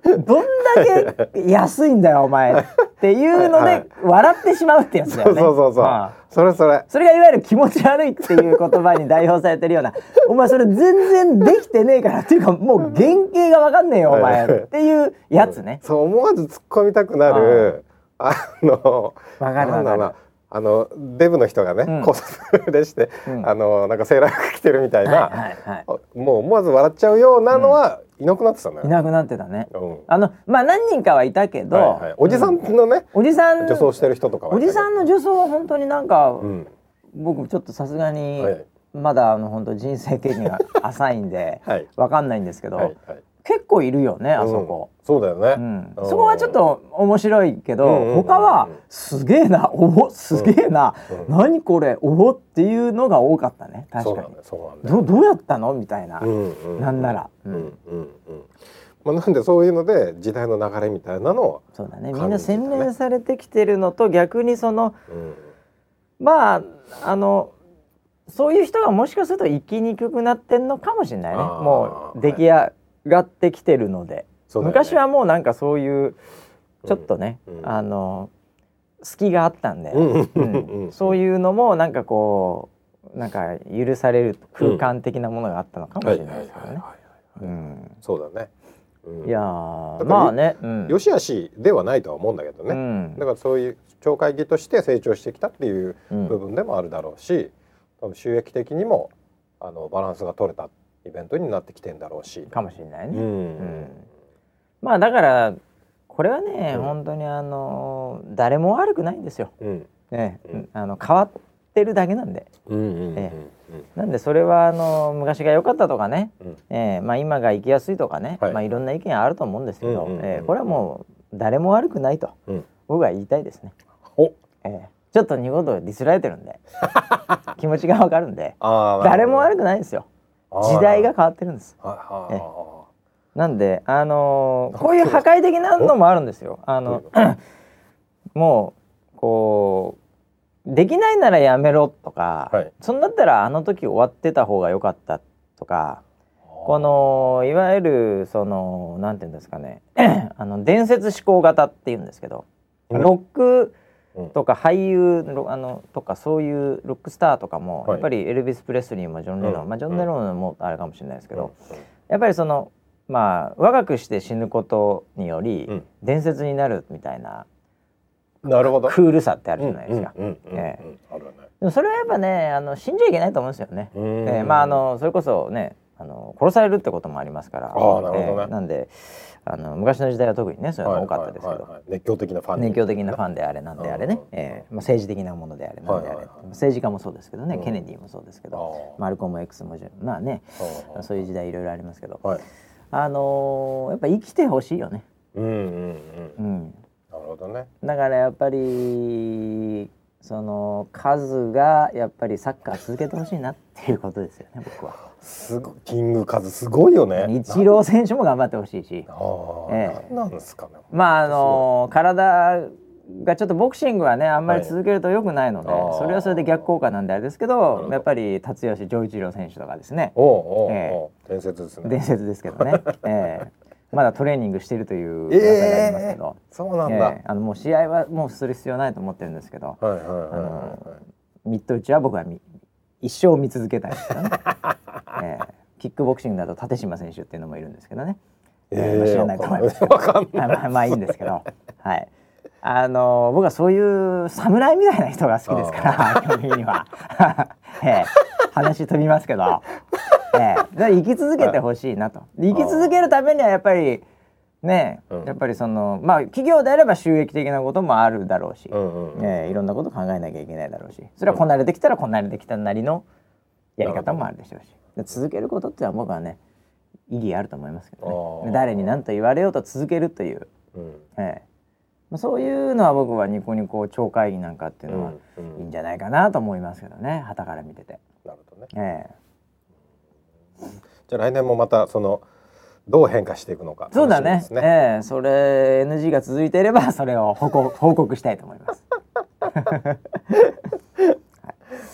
S1: うどんだけ安いんだよお前っていうの
S2: はい
S1: で笑ってしまうってやつだ
S2: そ
S1: よ
S2: う
S1: ね
S2: そうそうそう、
S1: まあ
S2: それそれ
S1: それがいわゆる気持ち悪いっていう言葉に代表されてるような「お前それ全然できてねえから」っていうかもう原型がわかんねえよお前
S2: はい
S1: っていうやつね。
S2: そう思わず突っ込みたくなるあの
S1: わかる
S2: な
S1: わ
S2: ん
S1: か
S2: だろう
S1: る
S2: な。あのデブの人がね、
S1: うん
S2: コスプレして、
S1: うん
S2: あのなんかセーラー服着てるみたいな、
S1: はいはいはい
S2: もう思わず笑っちゃうようなのはいなくなってたのよ。
S1: いなくなってたね。
S2: うん
S1: あのまあ何人かはいたけど、
S2: はいはい、おじさんのね、
S1: おじさん
S2: 女装してる人とかは
S1: おじさんの女装は本当になんか、
S2: うん
S1: 僕ちょっとさすがに
S2: はい
S1: まだあの本当人生経験が浅いんで
S2: はい
S1: わかんないんですけど、
S2: はいはい
S1: 結構いるよねあそこ、
S2: うんそうだよ
S1: う
S2: ね、
S1: ん
S2: うん
S1: そこはちょっと面白いけど、
S2: うんうんうん
S1: 他はすげえなおおすげえな、
S2: うん
S1: 何これおおっていうのが多かったね確
S2: そう
S1: か
S2: な
S1: に
S2: んだよそうなんだよ
S1: どどうやったのみたいな、
S2: うんうう
S1: なんなら、
S2: う
S1: うんん
S2: うんうんまあなんでそういうので時代の流れみたいなのを、
S1: そうだね
S2: 感
S1: み
S2: じ
S1: んな洗
S2: たね
S1: 練されてきてるのと逆にその
S2: うん
S1: まああのそういう人がもしかすると生きにくくなってんのかもしれないね
S2: あー
S1: もう出来上がってきてるので、
S2: そうだよね
S1: 昔はもうなんかそういうちょっとね、
S2: うん
S1: あの隙があったんで、
S2: うんうん
S1: う
S2: うんんうん
S1: そう
S2: い
S1: いうのもなんかこなんか許される空間的なものがあったのかもしれないですけどね。うん
S2: そうだね。うん
S1: いやー
S2: だから
S1: まあね、うん、
S2: よしあしではないとは思うんだけど
S1: う
S2: ね、
S1: ん
S2: だからそういう町会議として成長してきたっていう
S1: うん
S2: 部分でもあるだろうし、多分収益的にもあのバランスが取れたイベントになってきてんだろうし、
S1: かもしれないうね。
S2: ん
S1: うんまあだからこれはね、
S2: うん
S1: 本当にあのー誰も悪くないんですよ。
S2: うん
S1: ね、
S2: うん
S1: あの変わってるだけなんで。
S2: うんうんうん
S1: えなんでそれはあの昔が良かったとかね、
S2: うん
S1: えーまあ、今が生きやすいとかね、
S2: はい
S1: いまあ、いろんな意見あると思うんですけど、
S2: うんうんうん
S1: えーこれはもう誰も悪くないと、
S2: うん
S1: 僕は言いたいですね、
S2: お
S1: えーちょっと二言ディスられてるん で気持ちがわかるんで
S2: あー
S1: 誰も悪くないんですよ時代が変わってるんです
S2: あーはいはい
S1: えなんであのーこういう破
S2: なん
S1: 壊的なのもあるんですよあの
S2: どうい
S1: もうこうできないならやめろとか、
S2: はい
S1: そんだったらあの時終わってた方が良かったとかこのいわゆるそのなんていうんですかね あの伝説思考型っていうんですけど、
S2: うん
S1: ロック
S2: うん
S1: とか俳優ロあのとかそういうロックスターとかも、
S2: はい
S1: やっぱりエルビス・プレスリーもジョン・レノン、
S2: うん
S1: まあ、ジョン・レノンもあれかもしれないですけど、
S2: うん
S1: やっぱりそのまあ若くして死ぬことにより、
S2: うん
S1: 伝説になるみたいな
S2: うんなるほど
S1: クールさってあるじゃないですか。
S2: うんうんうんうん
S1: え
S2: あるよね
S1: でもそれはやっぱねあの死んじゃいけないと思うんですよね。えーまああのそれこそねあの殺されるってこともありますから
S2: あーなるほどね
S1: えーなんであの昔の時代は特にねそういうのが多かったですけ
S2: はい
S1: ど
S2: はいはいはい熱狂的なファン
S1: 熱狂的なファンであれなんであれね、
S2: うん
S1: えーまあ、政治的なものであれなんであれ、
S2: はいはいはい
S1: 政治家もそうですけどね、
S2: うん
S1: ケネディもそうですけど
S2: あ
S1: マルコム X もじゅまあね
S2: ーあー
S1: そういう時代いろいろありますけど、
S2: はい
S1: あのーやっぱ生きてほしいよね、
S2: うんうんうん
S1: うん、
S2: なるほどね
S1: だからやっぱりその数がやっぱりサッカー続けてほしいなっていうことですよね 僕は。
S2: すごいキングカズすごいよね
S1: イチロー選手も頑張ってほしいし
S2: なああ、
S1: ええ
S2: なんなんですかね
S1: まああの体がちょっとボクシングはねあんまり
S2: はい
S1: 続けると良くないので、
S2: あー
S1: それはそれで逆効果なんであれですけ
S2: るほ
S1: ど
S2: ど
S1: やっぱり辰吉丈一郎選手とかですね
S2: おうおうおう、
S1: え
S2: 伝説ですね
S1: 伝説ですけど ね、ええまだトレーニングしてるという
S2: え
S1: 噂がありますけど、
S2: そうなんだ、
S1: ええあのもう試合はもうする必要ないと思ってるんですけど
S2: はいはいはい
S1: あ
S2: はいはい
S1: ミッド打ちは僕はみ一生見続けたいです よね、ええキックボクシングだと立島選手っていうのもいるんですけどねええ知らないと思いますけど
S2: わかん
S1: は
S2: ない
S1: い まあ、まあいいんですけど、はい。あの僕はそういう侍みたいな人が好きです から、基本的には。 ええ、話飛びますけど、ええ、だから生き続けてほしいなと。で生き続けるためにはやっぱりね、
S2: うん
S1: やっぱりそのまあ企業であれば収益的なこともあるだろうし、
S2: うんうんうん
S1: ええ、いろんなこと考えなきゃいけないだろうし、それはこなれてきたらこなれてきたなりのやり方もあるでしょうし、で続けることっていうのは僕はね意義あると思いますけ
S2: あ
S1: どね。
S2: ー
S1: 誰に何と言われようと続けるという。
S2: うん
S1: ええまあ、そういうのは僕はニコニコ超会議なんかっていうのは
S2: うんうん
S1: いいんじゃないかなと思いますけどね旗から見てて、
S2: なるほどね
S1: ええ、
S2: じゃあ来年もまたそのどう変化していくのか
S1: そうだね
S2: 楽しみですね
S1: ええ、それ NG が続いていればそれを報告報告したいと思います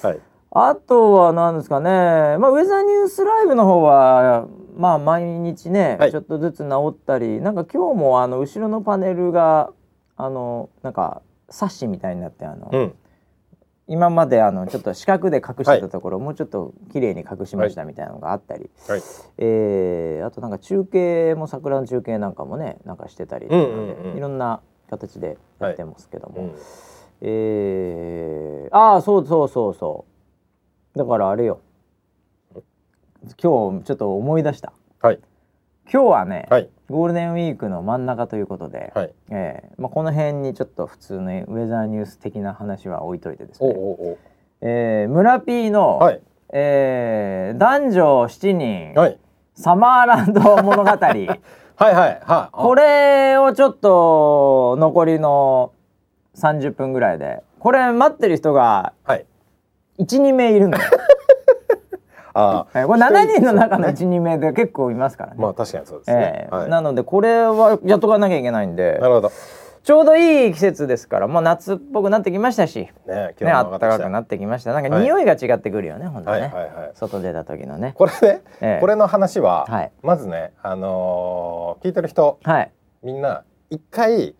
S2: はい
S1: あとは何ですかね、まあ、ウェザーニュースライブの方はまあ毎日ね、
S2: はい
S1: ちょっとずつ治ったりなんか今日もあの後ろのパネルがあのなんかサッシみたいになってあの、
S2: うん
S1: 今まであのちょっと四角で隠してたところ、もうちょっと綺麗に隠しましたみたいなのがあったり、
S2: はい
S1: えーあとなんか中継も桜の中継なんかもねなんかしてたりっていうので、
S2: うんうんうん
S1: いろんな形でやってますけども、
S2: うん
S1: えーああそうそうそうそうだからあれよ今日ちょっと思い出した
S2: はい
S1: 今日はね、
S2: はい
S1: ゴールデンウィークの真ん中ということで、
S2: はい
S1: えーまあ、この辺にちょっと普通のウェザーニュース的な話は置いといてです
S2: お
S1: ね
S2: うおう
S1: えー、村 P の、
S2: おうはい
S1: えー男女7人、
S2: はい
S1: サマーランド 物語
S2: はいはいはい
S1: これをちょっと残りの30分ぐらいでこれ待ってる人が
S2: はい
S1: 12名いるんだよ、
S2: あ
S1: えーこれ7人の中の12名で結構いますから
S2: あ
S1: ね。
S2: まあ確かにそうです
S1: え
S2: ね
S1: ー
S2: はい
S1: な
S2: な
S1: のでこれはやっとかなきゃいけないんで
S2: るほど
S1: ちょうどいい季節ですからもう暖っぽくなってきましたし
S2: ね
S1: ね暖かくな
S2: っ
S1: ってきましたなんか
S2: はい
S1: 匂いが違ってくるよね、ほんと
S2: はい
S1: ね、
S2: はいはい
S1: 外出た時のね
S2: これね、
S1: ええ
S2: これの話は、
S1: はい
S2: まずね、あのー聞いてる人
S1: はい
S2: みんな一回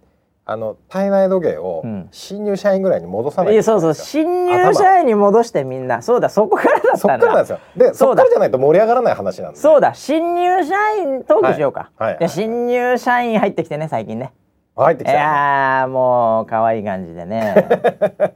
S2: あの体内時計を
S1: うん
S2: 新入社員ぐらいに戻さないい
S1: や
S2: と
S1: そうそう新入社員に戻してみんなそうだそこからだった
S2: そっ
S1: ん
S2: からな
S1: だ
S2: んですよで
S1: そ
S2: そうっ
S1: だ
S2: からじゃないと盛り上がらない話なんで
S1: そうだ新入社員トークしようか、
S2: はいはい
S1: で新入社員入ってきてね最近ね
S2: 入って
S1: い
S2: きたよね
S1: やーもう可愛い感じで ね、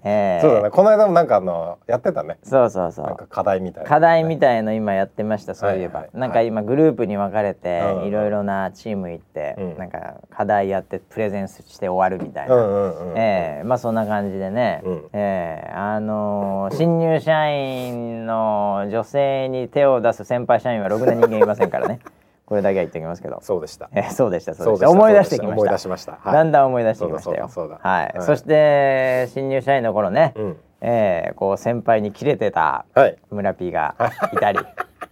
S1: えー
S2: そうだねこの間もなんかあのやってたね
S1: そうそうそう
S2: なんか課題みたいな
S1: 課題みたいの今やってましたそういえば、
S2: はいはいは
S1: な
S2: い
S1: んか今グループに分かれて、
S2: うん
S1: いろいろなチーム行って、
S2: うん
S1: なんか課題やってプレゼンして終わるみたいな、
S2: うんうんうん
S1: ええまあそんな感じでね、
S2: うん
S1: ええあのー新入社員の女性に手を出す先輩社員はろくな人間いませんから ねこれだけは言っておきますけど、
S2: そうでした
S1: ええそうでしたそうで
S2: そう
S1: し
S2: で
S1: た思い出してきま
S2: 思
S1: し
S2: い
S1: た
S2: 出しましたはい
S1: だんだん思い出してきましたよ
S2: そうだそうだそうだ
S1: はい、
S2: はい
S1: そして新入社員の頃ね、
S2: うん
S1: ええこう先輩にキレてた
S2: はい
S1: 村 P がいた り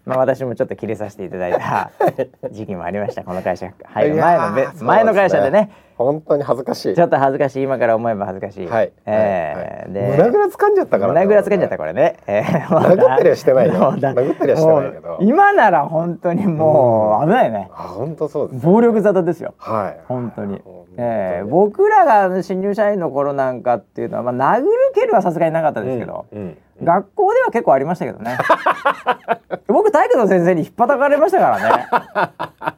S1: まあ私もちょっと切れさせていただいた時期もありましたこの会社入る前の
S2: い
S1: べ
S2: やー
S1: 前の会社で
S2: そう
S1: ね
S2: す本当に恥ずかしい
S1: ちょっと恥ずかしい今から思えば恥ずかしい、
S2: はい
S1: え
S2: はい
S1: ーで
S2: 胸ぐら掴んじゃったからね
S1: 胸ぐらつけちゃったこれね、えーもうだ
S2: 殴ったりはしてないよ
S1: もうだ
S2: 殴ったりはしてないけど
S1: もう今なら本当にもう危ないね、
S2: あ本当そうです
S1: 暴力沙汰ですよ
S2: はい
S1: 本当に
S2: 本当、に
S1: えー僕らが新入社員の頃なんかっていうのは、まあ、殴る蹴るはさすがになかったですけど、
S2: うんうん
S1: 学校では結構ありましたけどね 僕体育の先生に引っ叩かれましたから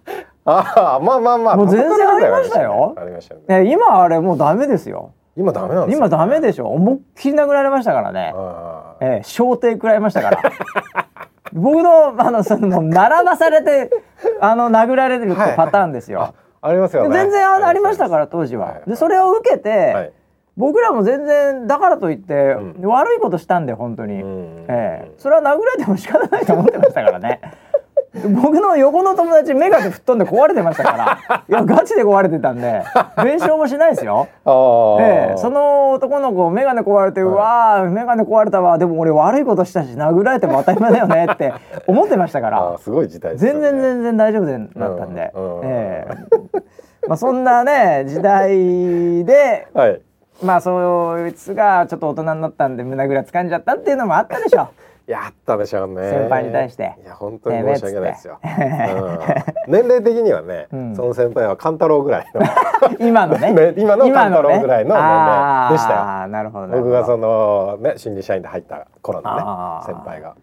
S2: ああまあまあまあ
S1: もう全然
S2: 戦いぐらい
S1: ありましたよ
S2: ありましたよね
S1: ねね今あれもうダメですよ
S2: 今ダメなんですよ
S1: 今ダメでしょ思いっきり殴られましたからね
S2: ああ
S1: ええ、小手食らいましたから 僕のあのその並ばされてあの殴られるってパターンですよ、
S2: あありますよね
S1: 全然あありましたからら当時は、
S2: はい
S1: でそれを受けて、
S2: はい
S1: 僕らも全然だからといって、
S2: ん
S1: 悪いことしたんで本当に、
S2: ん
S1: ええ、それは殴られても仕方ないと思ってましたから ね僕の横の友達目が吹っ飛んで壊れてましたからいやガチで壊れてたんで弁償もしないですよ
S2: ああ
S1: ええ、その男の子眼鏡壊れて「うわー眼鏡壊れたわでも俺悪いことしたし殴られても当たり前だよね」って思ってましたか
S2: あ
S1: ら
S2: あすごい時代ですよ
S1: 全
S2: ね
S1: 然全然大丈夫でなったんで、
S2: うんうん
S1: ええ まあ、そんなね時代で
S2: はい
S1: まあそいつがちょっと大人になったんで胸ぐら掴んじゃったっていうのもあったでしょ。
S2: やったでしょうね
S1: 先輩に対して
S2: いや本当に申し訳ないですよ、 うん年齢的にはね、
S1: ん
S2: その先輩は勘太郎ぐらいの
S1: 今のね
S2: ね今の勘太郎ぐらいの年齢でしたよ
S1: ああーなるほどなるほ
S2: 僕
S1: ど
S2: がそのね新入社員で入った頃のね
S1: あー
S2: 先輩が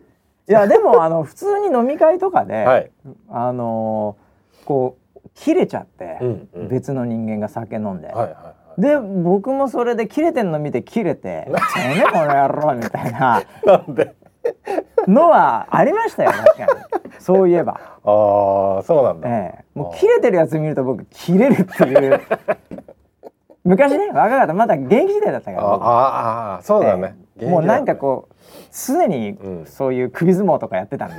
S1: いやでもあの普通に飲み会とかで、
S2: はい
S1: あのーこう切れちゃって、
S2: うんうん
S1: 別の人間が酒飲んで、
S2: はいはいはい
S1: で僕もそれで切れてんの見て切れ て「てめえこの野郎」みたいな
S2: なんで
S1: のはありましたよ確かにそういえば。
S2: ああそうなんだ、
S1: ええ、もう切れてるやつ見ると僕切れるっていう 昔ね若かったまだ現役時代だったか
S2: あ
S1: ら僕
S2: ああそうだね、
S1: ええもうなんかこう常に
S2: うん
S1: そういう首相撲とかやってた んで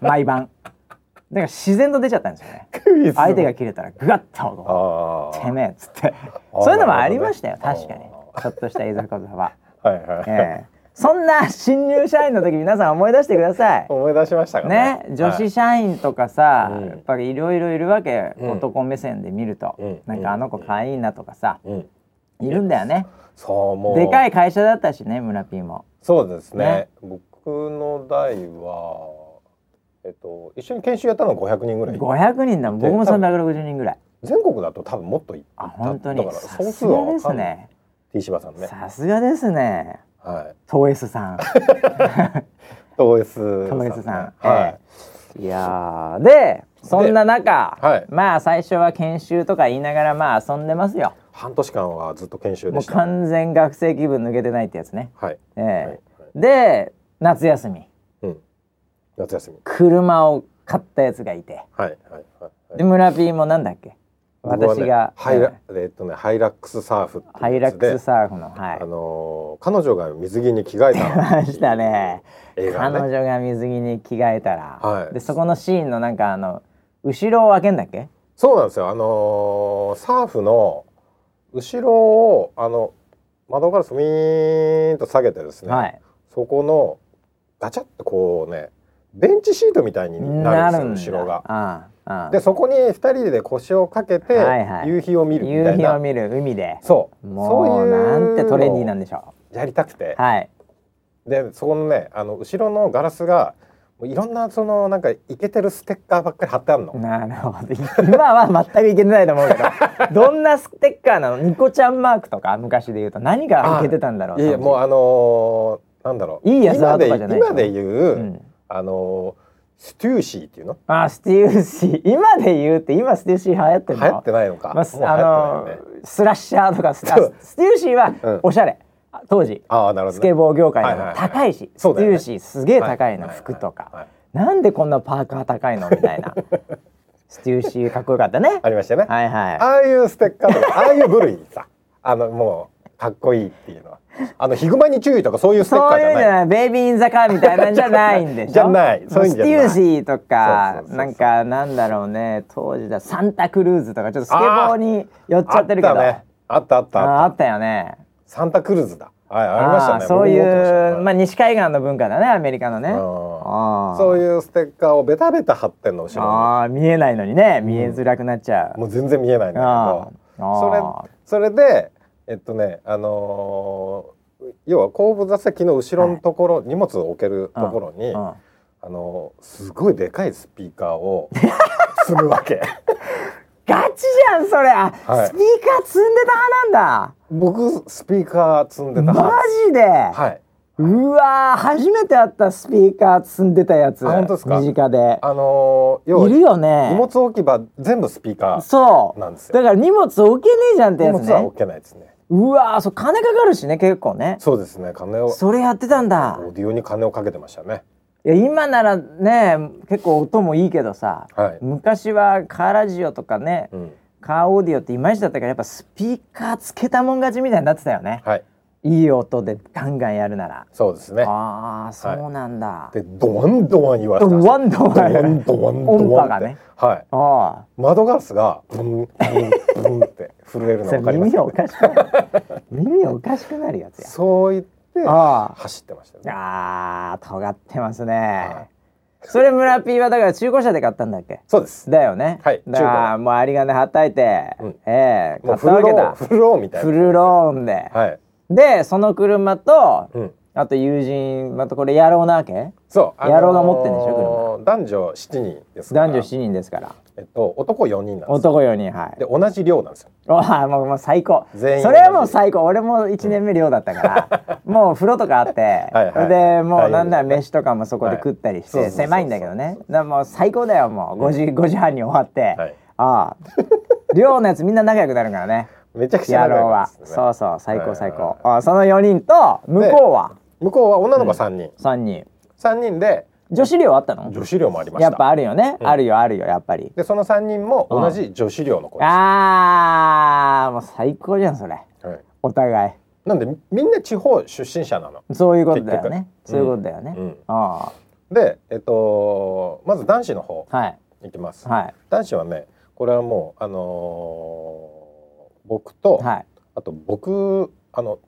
S1: 毎晩だから自然と出ちゃったんですよ ね
S2: う
S1: 相手が切れたらグワッとこう
S2: ああ
S1: てめえっつって
S2: あ
S1: そういうのもありましたよ
S2: なる
S1: 確
S2: ほ
S1: か
S2: ど
S1: に
S2: ね
S1: ちょっとしたいざこざは、
S2: はいはい、
S1: ええ、そんな新入社員の時皆さん思い出してください
S2: 思い出しましたか
S1: ね
S2: ね、
S1: 女
S2: はい
S1: 子社員とかさ、
S2: うん
S1: やっぱりいろいろいるわけ、
S2: うん
S1: 男目線で見ると、
S2: うん
S1: なんかあの子可愛いなとかさ、
S2: うん
S1: いるんだよね
S2: そうもう
S1: でかい会社だったしね村 P も
S2: そうです
S1: ね
S2: ね僕の代はえっと一緒に研修やったのは500人ぐらい
S1: 500人だもん
S2: で
S1: 僕も360人ぐらい
S2: 全国だと多分もっとい
S1: あ本当
S2: だ
S1: に
S2: から
S1: さす
S2: 総数は
S1: が
S2: わ
S1: で
S2: か
S1: す
S2: んない
S1: ね
S2: T 柴さんね
S1: さすがですね
S2: はい
S1: トエスさん
S2: 東 S
S1: トエスさん、
S2: はい
S1: ええいやーでそんな中、
S2: はい
S1: まあ最初は研修とか言いながらまあ遊んでますよ
S2: 半年間はずっと研修
S1: も
S2: で
S1: う
S2: したはい
S1: 完全学生気分抜けてないってやつね
S2: はい
S1: ええ
S2: はい
S1: で夏休み
S2: うん夏休み
S1: 車を買ったやつがいて
S2: はいはいはい
S1: で村 P もなんだっけ
S2: 僕は
S1: 私
S2: ね
S1: が、
S2: ハイラ
S1: え
S2: えっとねハイラックスサーフ
S1: え
S2: って
S1: ハ
S2: い
S1: イ
S2: うや
S1: ラ
S2: つ
S1: ッ
S2: で
S1: クスサーフのは
S2: あ
S1: い
S2: のー彼女が水着に着替えた
S1: 出ましたね
S2: 映画
S1: 彼
S2: のね
S1: 女が水着に着替えたら、
S2: はい
S1: でそこのシーンのなんかあの後ろを開けんだっけ
S2: そうなんですよ。あのーサーフの後ろをあの窓ガラスウィーンと下げてですね、
S1: はい
S2: そこのガチャッとこうねベンチシートみたいにな
S1: な
S2: る
S1: る
S2: ん
S1: ん
S2: です
S1: だ
S2: よ後ろが。
S1: ああああ
S2: でそこに2人で腰をかけて
S1: はいはい
S2: 夕日を見るみ
S1: 夕
S2: たい
S1: 日
S2: な、
S1: を見る海で
S2: そう
S1: もうなんてトレンディーなん
S2: で
S1: でしょ
S2: やりたくて、
S1: うはい
S2: でそこのねあの後ろのガラスがもういろんなそのなんかイケてるステッカーばっかり貼ってあるの、
S1: なるほど今は全くいけてないと思うけ どどんなステッカーなのニコちゃんマークとか昔で言うと何がいけてたんだろう
S2: いやいやもうあのーなんだろう
S1: いいやつ
S2: 今
S1: は
S2: で
S1: とかじゃない
S2: 今で言う、
S1: うん
S2: あのーステューシーっていうの
S1: あスティーブシー今で言うって今スティーブシー流行って
S2: 流
S1: るの
S2: 行ってないのか、
S1: まあ
S2: も
S1: す
S2: う流行
S1: あ
S2: ってないよ
S1: の
S2: ね
S1: スラッシャーとかスあ
S2: そう
S1: スティーブシー
S2: うん
S1: はおしゃれ、あ当時
S2: ああなるほど、ね、
S1: スケボー業界
S2: はいはい
S1: の
S2: はい
S1: 高いし、
S2: そう
S1: ス
S2: だ
S1: ティ
S2: よね
S1: ーシーすげえ高いの、
S2: は
S1: 服とか、
S2: はいはい
S1: なんでこんなパーカー高いのみたいなスティーシーかっこよかったね
S2: ありましたよね、
S1: はいはい
S2: ああいうステッカーとかああいう部類さあのもうかっこいいっていうのはあのヒグマに注意とかそういうステッ
S1: そ
S2: カ
S1: うい
S2: ーじ
S1: うん
S2: ゃ
S1: じ
S2: ない
S1: ゃないベイビーインザカーみたいなんじゃないんでしょ
S2: じゃない そういうんじゃない
S1: ステューシーと
S2: そ
S1: か
S2: うそうそうそう
S1: なんかなんだろうね当時だサンタクルーズとかちょっとスケボーに寄っちゃってるけど
S2: あったねあったあ
S1: あ
S2: ったあった
S1: ーあったよね
S2: サンタクルーズだはいありましたね
S1: あーそうい
S2: 僕も持って
S1: うま
S2: ま
S1: あ西海岸の文化だねアメリカのね
S2: した
S1: あ
S2: うん
S1: ー
S2: そういうステッカーをベタベタ貼ってんの後ろ
S1: あー見えないのにね見えづらくなっちゃ
S2: に
S1: う、
S2: もう全然見えないんだけ
S1: あ
S2: ど
S1: ーあ
S2: それそれでえっとねあのー要は後部座席の後ろのところ、荷物を置けるところに、
S1: ーうん
S2: あのーすごいでかいスピーカーを 積むわけ
S1: ガチじゃんそれ、あ
S2: はい
S1: スピーカー積んでた派なんだ
S2: 僕スピーカー積んでた
S1: マジで、
S2: はい。
S1: うわー初めて会ったスピーカー積んでたやつ
S2: あ本当ですか
S1: 身近で
S2: あのー、要はい
S1: るよ
S2: 荷
S1: ね
S2: 物置き場全部スピーカ
S1: そ
S2: ー
S1: う
S2: なんですよ。
S1: だから荷物置けねえじゃんって
S2: 荷
S1: や
S2: 物
S1: つ
S2: は
S1: ね
S2: 置けないですね。
S1: うわーそう金かかるしね結構ね
S2: そうですね。金を
S1: それやってたんだ
S2: オーディオに金をかけてましたね。
S1: いや今ならね結構音もいいけどさ、
S2: はい
S1: 昔はカーラジオとかね、
S2: うん。
S1: カーオーディオっていまいちだったからやっぱスピーカーつけたもん勝ちみたいになってたよね、
S2: はい。
S1: い、い音でガンガンやるなら
S2: そうですね。
S1: ああそうなんだ、
S2: でドワンドワン言われ
S1: ド
S2: てました
S1: ワンドワンやる
S2: ドワンドワン
S1: 音
S2: ドワ
S1: 波が
S2: ンって。
S1: ね
S2: はい。
S1: あ
S2: 窓ガラスがブンブンブンって震える
S1: あ、
S2: の
S1: それ
S2: 分かります
S1: 耳。おかしくな る耳おかしくなるやつや
S2: そう言って
S1: あ
S2: 走ってましたね。
S1: ああー尖ってますね、
S2: は
S1: それ村 P はだから中古車で買ったんだっけ
S2: そうです。
S1: だよね。
S2: はい
S1: だからもう有り金はたいて、
S2: うん
S1: ええ
S2: もう
S1: 買っ
S2: フ
S1: たわけ
S2: ルローン
S1: だ。
S2: フルローンみたい
S1: フ
S2: な。
S1: ルローンで。
S2: はい。
S1: でその車と、
S2: うん。
S1: あと友人またこれ野郎なわけ
S2: そう、
S1: 野郎が持ってんでしょ
S2: ょ男女7人ですから
S1: 男女7人ですから
S2: えっと男4人なんです
S1: 男4人はい
S2: で同じ量なんですよ
S1: おあもうもう最高そ
S2: 全員
S1: れはもう最高俺も1年目寮だったから もう風呂とかあって
S2: はいはい
S1: でも
S2: 大
S1: う
S2: 変
S1: なんなら飯とかもそこで食ったりして、
S2: はいそうそうそうそう
S1: 狭いんだけどねだからもう最高だよもう5時 ,5 時半に終わって、
S2: はい
S1: ああ寮のやつみんな仲良くなるからね
S2: めちゃくちゃ
S1: 野
S2: 仲良
S1: 郎
S2: か
S1: は
S2: ったですね
S1: そうそう最
S2: は
S1: 高
S2: いはい
S1: 最
S2: はい
S1: 高、あその4人と向こうは
S2: 向こうは女の子3人、
S1: 3人
S2: 三3人で
S1: 女子寮あったの
S2: 女子寮もありまし
S1: や
S2: た
S1: っぱあるよね、
S2: うん
S1: あるよあるよやっぱり
S2: でその3人も同じ女子寮の子で
S1: あーもう最高じゃんそれ
S2: す、はい、
S1: お互い
S2: なんでみんな地方出身者なの
S1: そういうことだよね
S2: 結
S1: そ
S2: 局
S1: ういうことだよね、
S2: うん
S1: あ
S2: でえっとまず男子の方
S1: あはい
S2: いきます、
S1: はい
S2: 男子はねこれはもうあのー僕と、
S1: はい
S2: あと僕あの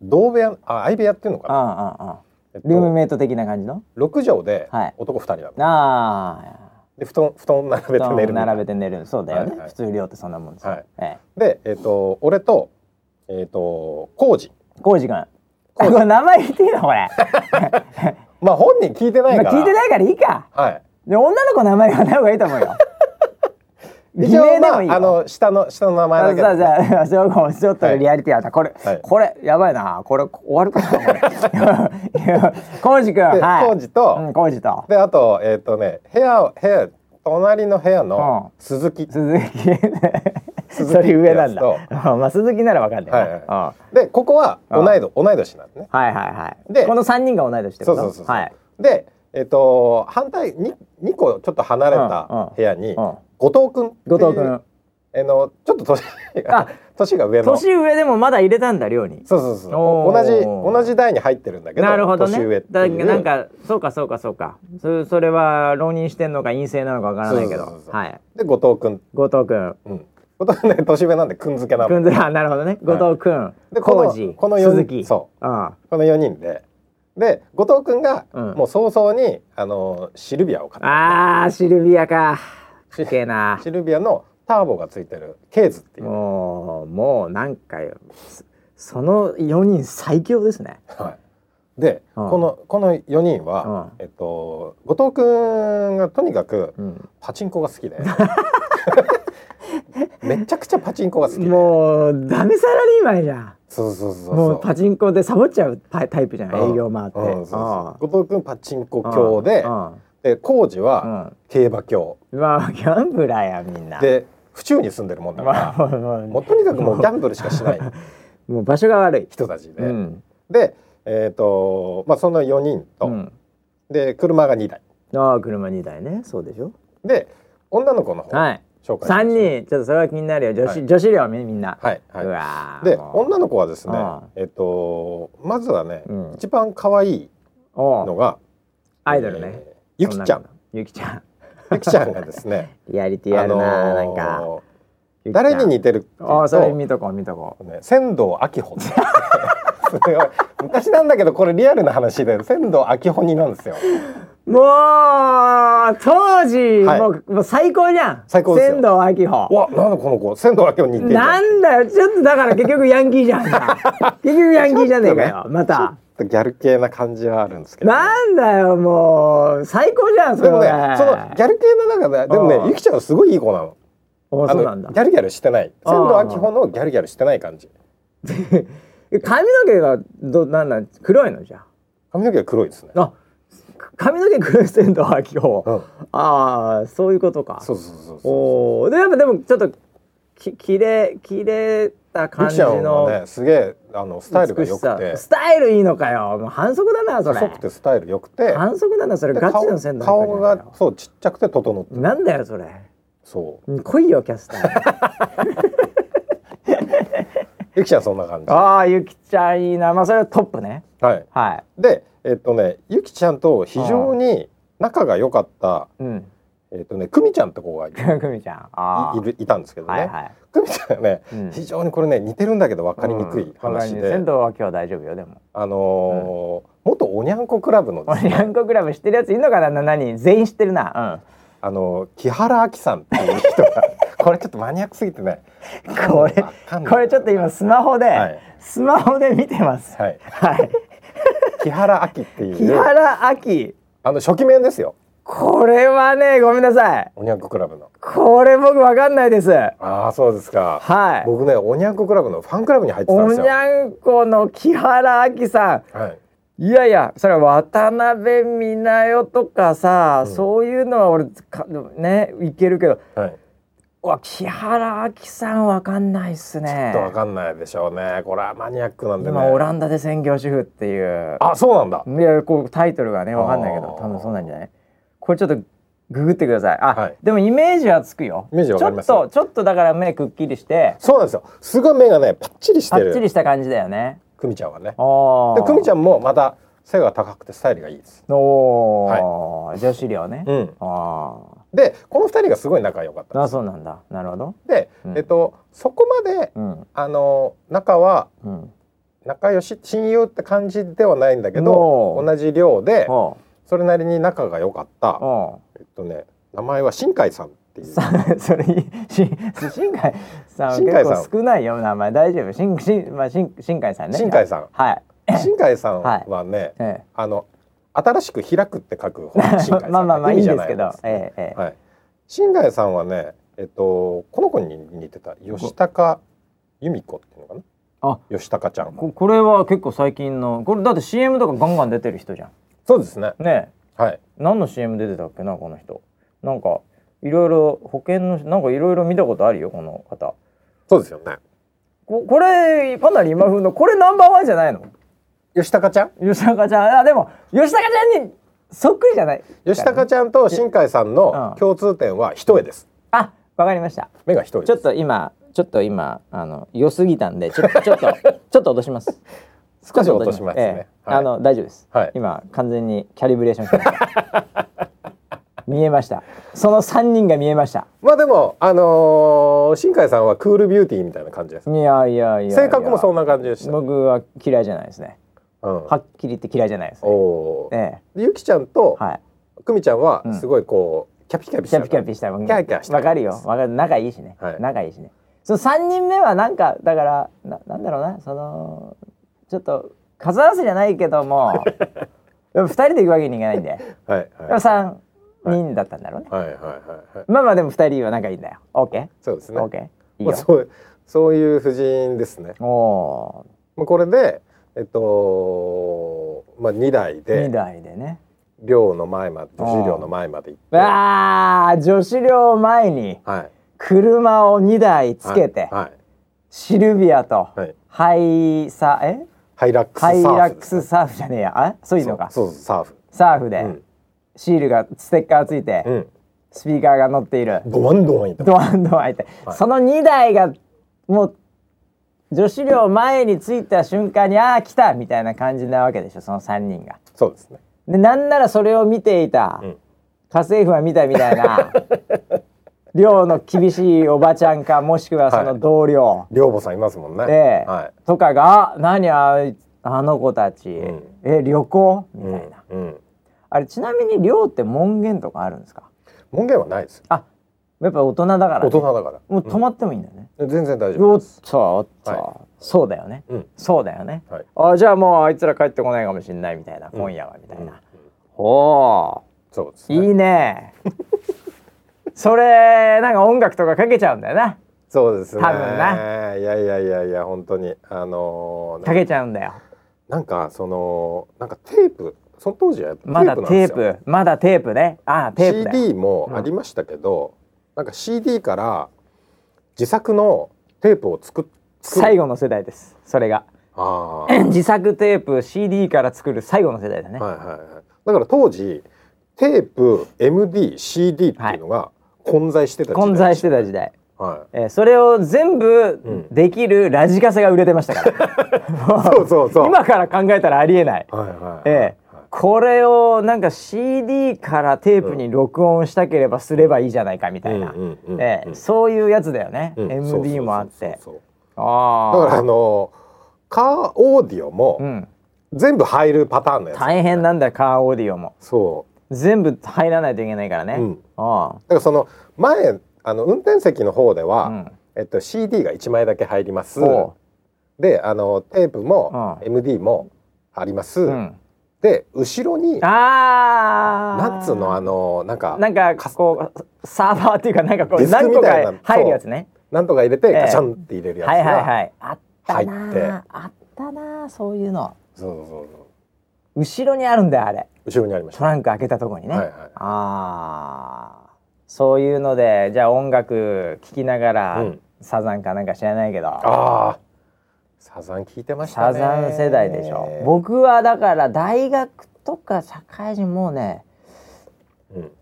S2: 同部屋あ相部屋っていうのか
S1: う
S2: な、
S1: んうんうん
S2: えっ
S1: ルーム
S2: と、
S1: メイト的な感じの
S2: 6畳で
S1: はい
S2: 男2人なの、
S1: ああ
S2: で布団布団並べて寝るみたいな
S1: 並べて寝るそうだよね、
S2: はいはい
S1: 普通寮ってそんなもんですよ、
S2: はい
S1: ええ
S2: で、えっと俺と、えっと浩二
S1: コウジ君あこれ名前言っていいのこれ
S2: まあ本人聞いてないから
S1: 聞いてないからいいか
S2: はい
S1: で女の子の名前言わない方がいいと思うよ偽
S2: 一
S1: 名
S2: 応、
S1: で
S2: ま
S1: もいいよ
S2: あ、あの下の下の名前だ
S1: あ
S2: けで
S1: さあさあ、しょうこちょっ
S2: は
S1: と
S2: い
S1: リアリティあった。これ、
S2: はい
S1: これ、やばいな。これ、終わるかな、これ。いやコウジ君、
S2: で
S1: はい。
S2: 浩二と
S1: うん、コウジと。
S2: であとえっ、とね部屋を部屋隣の部屋の
S1: う
S2: 鈴木、
S1: 鈴木。
S2: 鈴木
S1: それ上なんだ。
S2: ってや
S1: まあ、鈴木ならわかんないな。
S2: はいはい
S1: うんは
S2: でここは同い年同い年なんですね
S1: いはいはい。
S2: で
S1: この三人が同い年って
S2: そ
S1: こと
S2: うそうそうそう、
S1: はい。
S2: でえっ、と反対に2個ちょっと離れた部屋に、
S1: うんうん
S2: 後藤君
S1: 後藤君。
S2: あのちょっと年が
S1: あ
S2: 年が上の
S1: 年上でもまだ入れたんだ、寮に。
S2: そうそうそう
S1: お
S2: 同じ
S1: ー
S2: 同じ代に入ってるんだけど
S1: なるほど
S2: 年上っ
S1: ね。
S2: て
S1: だ
S2: いう
S1: なんか、そうかそうかそうか。そそれは、浪人してんのか陰性なのかわからないけ
S2: そうそう
S1: ど
S2: そう。そう
S1: はい。
S2: で後藤君
S1: 後藤君。
S2: うん後藤ね年上なんでくん付けな
S1: く
S2: の
S1: んず あなるほどね。
S2: はい
S1: 後藤くん、
S2: でこの
S1: 浩二、
S2: この四人
S1: 鈴木、。
S2: そう
S1: ん。
S2: この4人でで後藤君が
S1: うん
S2: もう早々にあのシルビアを買っ
S1: あーシルビアか。かっけえな
S2: た。シルビアのターボがついてるケーズっていう、
S1: もうもうなんかよそその四人最強ですね。
S2: はい、で、
S1: うん
S2: このこの4人は、えっと後藤君がとにかく
S1: うん、
S2: パチンコが好きで めちゃくちゃパチンコが好きで
S1: もうダメサラリーマンじゃん
S2: そうそうそうそう
S1: もうパチンコでサボっちゃうタイタイプじゃん、
S2: うん
S1: 営業回って、
S2: うんそう
S1: ああ
S2: そう後藤君パチンコ教で
S1: うんうん
S2: で浩二
S1: う
S2: は
S1: ん
S2: 競馬教
S1: まあギャンブラーやみんな
S2: で府中に住んでるもんだか
S1: まあも
S2: ら
S1: うもう
S2: もうとにかくもうギャンブルしか しない
S1: もう場所が悪い、
S2: 人たちで、
S1: うん
S2: でえっ、とまあその4人と、
S1: うん
S2: で車が2台
S1: ああ車2台ねそうでしょ
S2: で女の子の方
S1: はい
S2: 紹介します
S1: 三人ちょっとそれは気になるよ女子、
S2: はい
S1: 女子寮ねみんな、
S2: はいうは
S1: わ
S2: い
S1: ー
S2: で
S1: もう
S2: 女の子はですね
S1: ああ
S2: えっ、とまずはね、
S1: うん
S2: 一番可愛い
S1: おう
S2: のが
S1: アイドルね、
S2: えーゆきち
S1: 女
S2: ゃん
S1: の子ゆきちゃん
S2: ゆきちゃんがで すね
S1: リアリティあるな、
S2: ー
S1: なんかゆきちゃん
S2: 誰に似てるっていう
S1: ああそれ
S2: と
S1: 見とこう見とこ
S2: ね仙道明穂 すごい昔なんだけどこれリアルな話で仙道明穂になんですよ
S1: うもう当時、
S2: はい
S1: もうもう最高じゃん
S2: 最高ですよ
S1: 仙道明
S2: う
S1: 穂
S2: わなんだこの子仙道明穂に似てるじゃん
S1: なんだよちょっとだから結局ヤンキーじゃん か結局ヤンキーじゃねえかよ、また
S2: ちょっとギャル系な感じはあるんですけど、
S1: なんだよもう最高じゃんそ
S2: で
S1: れ
S2: もねそのギャル系の中ででも
S1: うん
S2: ねゆきちゃんはすごいいい子なの
S1: お
S2: あ
S1: そ
S2: の
S1: うなんだ
S2: ギャルギャルしてない
S1: あ
S2: 仙
S1: ー
S2: 道明穂のギャルギャルしてない感じ
S1: え髪の毛がどなんなん黒いのじゃ
S2: 髪の毛が黒いですね
S1: ああか髪の毛黒い仙道明穂、
S2: うん
S1: ああそういうことか
S2: そうそうそうそう
S1: おおでやっぱでもちょっとき綺麗綺麗た
S2: ゆ
S1: 感
S2: き
S1: じ
S2: ちゃん
S1: の
S2: はねすげえあのスタイルが良くて
S1: 美しさスタイルいいのかよもう反則だなそれ
S2: 細くてスタイル良くて
S1: 反則だなそれ
S2: で
S1: ガチの仙道明
S2: 顔
S1: 穂だよ
S2: がそうちっちゃくて整って
S1: なんだよそれ
S2: そう
S1: 来いよキャスター
S2: ゆきちゃんそんな感じ
S1: ああゆきちゃんいいなまあそれはトップね
S2: はい
S1: は
S2: でえっとねゆきちゃんと非常に仲が良かった
S1: いうん
S2: えっとねくみちゃんって子がい
S1: 久美ちゃんああ
S2: いるいたんですけど
S1: はい
S2: ね
S1: はい
S2: 久美ちゃんはね、
S1: うん
S2: 非常にこれね似てるんだけど分かりにくい
S1: うんわかり
S2: 話で、
S1: にくい仙道は今日大丈夫よでも
S2: あのー元おにゃんこクラブのです
S1: 俺
S2: ね
S1: ヤンコクラブ知ってるやついるのかな何人全員知ってるな
S2: あのー木原亜紀さんっていう人がこれちょっとマニアックすぎてね
S1: うんこれ
S2: わかんない
S1: これちょっと今スマホで、
S2: はい
S1: スマホで見てます
S2: はい
S1: はい
S2: 木原亜紀ってい
S1: 木
S2: う
S1: 原亜希
S2: あの初期面ですよ
S1: これはねごめんなさい
S2: おにゃんこクラブの
S1: これ僕わかんないです
S2: ああそうですか、
S1: はい
S2: 僕ねおにゃんこクラブのファンクラブに入ってたん
S1: お
S2: ですよ
S1: にゃんこの木原亜希さん
S2: はい
S1: いやいやそれは渡辺美奈代とかさ、そういうのは俺かねいけるけど
S2: はい、
S1: うわ木原亜希さんわかんないっすね
S2: ちょっとわかんないでしょうねこれはマニアックなんでね
S1: 今オランダで専業主婦っていう
S2: あそうなんだ
S1: いやこうタイトルがねわかんないけど
S2: あー
S1: 多分そうなんじゃないこれちょっとググってくださいあ、
S2: はい
S1: でもイメージはつくよ
S2: イメージわかります
S1: ちょっとちょっとだから目くっきりして
S2: そうなんですよすごい目がねパッチリし
S1: パ
S2: て
S1: ッチリ
S2: る
S1: した感じだよね
S2: くみちゃんはね
S1: お
S2: で
S1: ー
S2: くみちゃんもまた背が高くてスタイルがいいです
S1: おー、女子寮ね、
S2: うん
S1: あ
S2: でこの2人がすごい仲良かった
S1: ーあそうなんだなるほど
S2: で、
S1: うん
S2: えっと、そこまで
S1: うん
S2: あの仲は
S1: うん
S2: 仲良し親友って感じではないんだけ
S1: お
S2: ど
S1: ー
S2: 同じ寮で
S1: おう
S2: それなりに仲が良かった、
S1: おう
S2: えっとね、名前は新海さんっていう
S1: さ それし新海さん
S2: 新海さん
S1: 結構少ないよ名前大丈夫新新まあ新新海さんね
S2: 新海さん
S1: はい
S2: 新海さんはね、
S1: え
S2: あの新しく開くって 書く方の新海さん、
S1: えまあまあまあいい
S2: 海
S1: ん
S2: じゃ
S1: で
S2: な
S1: すけどええええ
S2: はい、新海さんはねえっとこの子に似てた吉高由美子っていうのかな
S1: あ
S2: 吉高ちゃん
S1: ここれは結構最近のこれだって CM とかガンガン出てる人じゃん
S2: そうですね
S1: ねえ
S2: はい
S1: 何の CM 出てたっけなこの人なんかいろいろ保険のなんかいろいろ見たことあるよこの方
S2: そうですよね
S1: ここれかなり今風のこれナンバーワンじゃないの
S2: 吉高ちゃん
S1: 吉高ちゃんあでも吉高ちゃんにそっくりじゃない
S2: 吉高ちゃんと新海さん
S1: う
S2: の
S1: ん
S2: 共通点は一重です
S1: あわかりました
S2: 目が一重
S1: ちょ
S2: で
S1: っ
S2: す
S1: と今ちょっと今あの良すぎたんでちょっとちょ っとちょっと落とします
S2: 少し落とします
S1: え
S2: ね
S1: え
S2: はい
S1: あの大丈夫です、
S2: はい
S1: 今完全にキャリブレーションしてました見えましたその3人が見えました
S2: まあでもあのー新海さんはクールビューティーみたいな感じです
S1: いやいやいやいや
S2: 性格もそんな感じでした、うん、
S1: 僕は嫌いじゃないですねはっきり言って嫌いじゃないですね
S2: おー
S1: え
S2: でゆきちゃんと
S1: えはい
S2: くみちゃんは
S1: ん
S2: すごいこうキャピキャピし
S1: キ
S2: た
S1: ャピキャピしたもん
S2: キャーキャーした
S1: わかるよわかる仲いいしね、
S2: はい
S1: 仲いいしねその3人目はなんかだからななんだろうなそのちょっと数合わせじゃないけど もでも2人で行くわけにいかないんで
S2: はい
S1: でも
S2: はい
S1: 3人だったんだろうね、
S2: はいはいはいはい
S1: まあまあでも2人は仲いいんだよ OK?OK、
S2: そうですね
S1: OK? いい
S2: ま
S1: よ、
S2: あ、そうそういう布陣ですね、
S1: お
S2: まあ、これでえっとまあ2台
S1: ー2
S2: で
S1: 台でね
S2: 寮の前まで女子寮の前まで行っては
S1: わあ女子寮前に
S2: い
S1: 車を2台つけて、
S2: はい
S1: シルビアと
S2: はい
S1: ハイサえ
S2: ハイラックスサ
S1: ハ
S2: ー
S1: イ
S2: フ
S1: ラック
S2: です
S1: スサーフじゃねえやあそういうのか
S2: そうそうサーフ
S1: サーフで、
S2: うん
S1: シールがステッカーついて、
S2: うん
S1: スピーカーが乗っている
S2: ドワンドワンいった
S1: ドワンドワン開いて、
S2: はい
S1: その2台がもう女子寮前に着いた瞬間にああ来たみたいな感じなわけでしょその3人が。
S2: そうですね
S1: でなんならそれを見ていた、
S2: うん
S1: 家政婦は見たみたい な寮の厳しいおばちゃんかもしくはその同僚。
S2: 寮母さんいますもんね
S1: で、
S2: は
S1: とかが「あ何あいあの子たち、
S2: ん
S1: え旅行?」み
S2: い、
S1: た
S2: う
S1: いな、
S2: んうん、
S1: あれちなみに寮って門限とかあるんですか
S2: 門限はないですよ
S1: あやっぱ大人だからね、
S2: 大人だから
S1: もう泊まってもいいんだよね、
S2: うん全然大丈夫
S1: おっとおっと、
S2: は
S1: そうだよね、
S2: うん
S1: そうだよね、
S2: はい
S1: あじゃあもうあいつら帰ってこないかもしれないみたいな、今夜はみたいな、お
S2: そうです
S1: ー
S2: ね
S1: いいねそれなんか音楽とかかけちゃうんだよな
S2: そうですね
S1: 多分ない
S2: やいやいやいや本当にあのー
S1: かけちゃうんだよ
S2: なんかそのなんかテープその当時はテープな
S1: ま
S2: ん
S1: だテ
S2: です
S1: ー
S2: よ
S1: プまだテープねあーテープだよ
S2: CD もありましたけど、なんか CD から自作のテープを作っ作る
S1: 最後の世代ですそれが
S2: あー
S1: 自作テープ CD から作る最後の世代だね、
S2: はいはいはいだから当時テープ MDCD っていうのが混在してた時代
S1: 混在してた時代、
S2: は
S1: えーそれを全
S2: ん
S1: 部できるラジカセが売れてましたから、
S2: いそう そうそう
S1: 今から考えたらありえない、
S2: はいはいはい、
S1: えーこれをなんか CD からテープに録音したければすればいいじゃないかみたいな、
S2: うんうんうんうん
S1: えーそういうやつだよね、
S2: うんそうそうそう
S1: MD
S2: そう
S1: もあって
S2: そう
S1: あ
S2: だから
S1: あ
S2: あのカーオーディオ
S1: う
S2: も
S1: ん
S2: 全部入るパターンのやつ、
S1: 大変なんだよカーオーディオも
S2: そう
S1: 全部入らないといけないからね、
S2: うん
S1: ああ
S2: だからその前あの運転席の方では、
S1: うん
S2: えっと、CD が1枚だけ入ります
S1: おう
S2: であのテープも
S1: う
S2: MD もあります、
S1: うん
S2: で後ろにナ
S1: ああ
S2: ッツのあのなんか
S1: なんかこうサーバーっていうかなんかこ
S2: デ
S1: う
S2: ィスク
S1: 何
S2: み
S1: 個
S2: たいな
S1: か入るやつね
S2: なんとか入れて
S1: ええ
S2: ガチャンって入れるやつが、
S1: はいはいはいあったな
S2: 入
S1: 入
S2: っ
S1: っててあったなそういうの
S2: そうそうそうそう
S1: 後ろにあるんだよあれ
S2: 後ろにありまし
S1: ト
S2: た
S1: ランク開けたとこにね、
S2: はいはい
S1: ああそういうのでじゃあ音楽聴きながら、
S2: うん
S1: サザンかなんか知らないけど
S2: ああサザン聞いてまし
S1: サ
S2: たね
S1: ザン世代でしょ僕はだから大学とか社会人もうね
S2: うん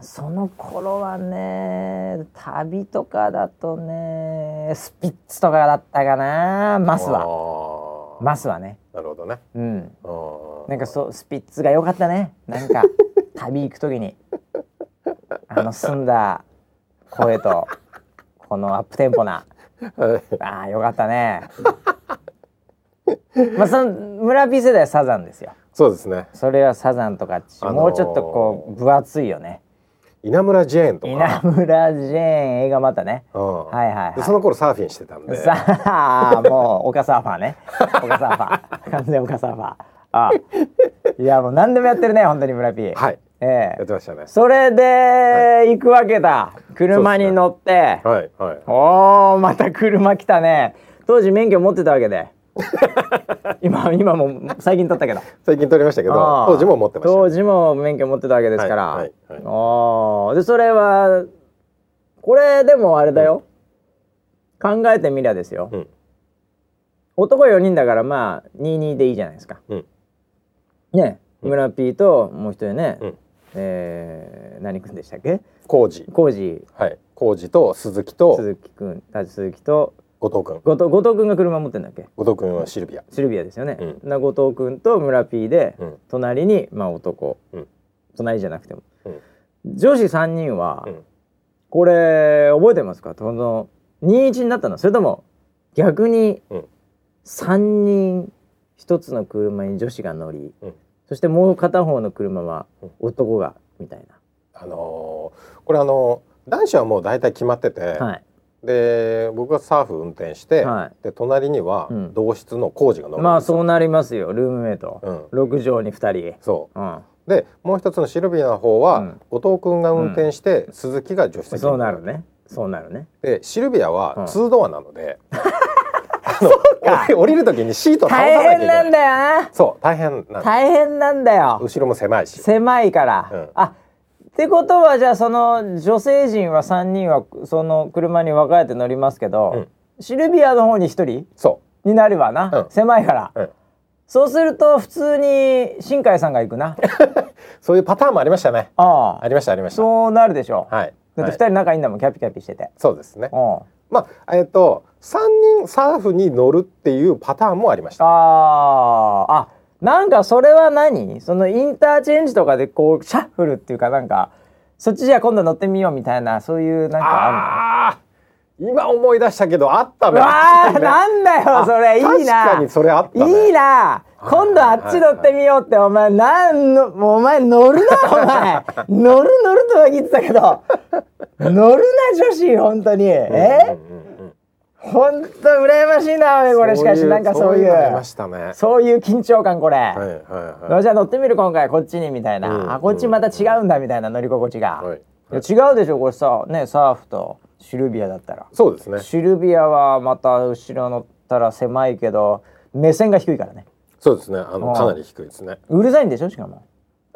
S1: その頃はね旅とかだとねスピッツとかだったかなマスは
S2: は
S1: マスはね
S2: なるほどね
S1: うん
S2: あー
S1: なんかそうスピッツが良かったねなん か旅行く時にあの澄んだ声とこのアップテンポな
S2: はい
S1: あーよかったねまあその村 P 世代はサザンですよ
S2: そうですね
S1: それはサザンとかっち、
S2: あのー
S1: もうちょっとこう分厚いよね
S2: 稲村ジェーンとか
S1: 稲村ジェーン映画またね
S2: うん
S1: はいはいはい
S2: でその頃サーフィンしてたんで
S1: さあもう岡サーファーね岡サーファー完全岡サーファーああいやもう何でもやってるね本当に村 P
S2: はい
S1: え
S2: や
S1: え
S2: ってましたね
S1: それで行くわけだ車に乗って、
S2: はいはい
S1: おおまた車来たね当時免許持ってたわけ で今今も最近取ったけど
S2: 最近撮りましたけど
S1: あー
S2: 当時も持ってました
S1: 当
S2: ね
S1: 時も免許持ってたわけですから、
S2: はいはいはい
S1: ああでそれはこれでもあれだよ、考えてみりゃですよ、
S2: うん
S1: 男4人だからまあ22でいいじゃないですか
S2: うん
S1: ね村 P ともう一人ね、
S2: うん
S1: えー何君でしたっけ
S2: 工事
S1: 浩二
S2: はい工事と鈴木と
S1: 鈴木君あ鈴木と
S2: 後藤君
S1: 後藤後藤君が車持ってんだっけ
S2: 後藤君はシルビア
S1: シルビアですよね、
S2: う
S1: な後藤君と村 P で、
S2: うん
S1: 隣にまあ男、
S2: うん
S1: 隣じゃなくても、
S2: うん
S1: 女子3人は、
S2: うん
S1: これ覚えてますかその21になったのそれとも逆に
S2: うん
S1: 3人1つの車に女子が乗り、
S2: うん
S1: そしてもう片方の車は
S2: うん
S1: 男がみたい
S2: あのーこれあのー男子はもう大体決まってて
S1: な、はい
S2: で僕がサーフ運転して、
S1: は
S2: で隣には
S1: うん
S2: 同室の工事が乗るんですよ、
S1: まあそうなりますよルームメイト、
S2: うん
S1: 六畳に二人
S2: そ
S1: うん
S2: うでもう一つのシルビアの方は、
S1: うん
S2: 後藤君が運転して、鈴木が助手席に
S1: そうなるねそうなるね
S2: でシルビア
S1: う
S2: は
S1: ん
S2: ツードアなの で、あの降り降りる時にシート倒さな
S1: 大
S2: きゃい
S1: 変
S2: け
S1: な
S2: ない
S1: んだよな
S2: そう大変なんです
S1: 大変なんだよ
S2: 後ろも狭いし
S1: 狭いから、
S2: うん
S1: あってことはじゃあその女性陣は3人はその車に分かれて乗りますけど、シルビアの方に1人
S2: そ
S1: になるわな、
S2: うん
S1: 狭いから、
S2: う、うん、
S1: そうすると普通に新海さんが行く な
S2: そういうパターンもありましたね
S1: あ
S2: あ
S1: あ
S2: りましたありましたは
S1: そうなるでしょう、
S2: い
S1: だって
S2: は
S1: 2
S2: い
S1: 人仲いいんだもんキャピキャピしてて、
S2: そうですね
S1: うん
S2: まあえっ、と3人サーフに乗るっていうパターンもありました
S1: あーあなんかそれは何そのインターチェンジとかでこうシャッフルっていうかなんかそっちじゃあ今度乗ってみようみたいなそういうなんかあ
S2: あー今思い出したけどあった
S1: る
S2: ね
S1: のわー
S2: 確かにね
S1: なんだよそれいいな
S2: 確かにそれあったね
S1: いいな今度あっち乗ってみようってお前なんのもうお前乗るなお前乗る乗るとは言ってたけど乗るな女子本当にえ
S2: うんうんうん
S1: 本当羨ましいなおいこれしかし
S2: そういう
S1: なんかそうい
S2: のありま
S1: う
S2: したね
S1: そういう緊張感これ、
S2: はいはい
S1: よ
S2: は
S1: しじゃあ乗ってみる今回こっちにみたいな、
S2: うん
S1: あこっちまた違うんだみたいな乗り心地が、
S2: はい
S1: いや違うでしょこれさねサーフとシルビアだったら
S2: いそうですね
S1: シルビアはまた後ろ乗ったら狭いけど目線が低いからね
S2: そうですねあ
S1: う
S2: の
S1: ん
S2: かなり低いですね
S1: うるさいんでしょしかも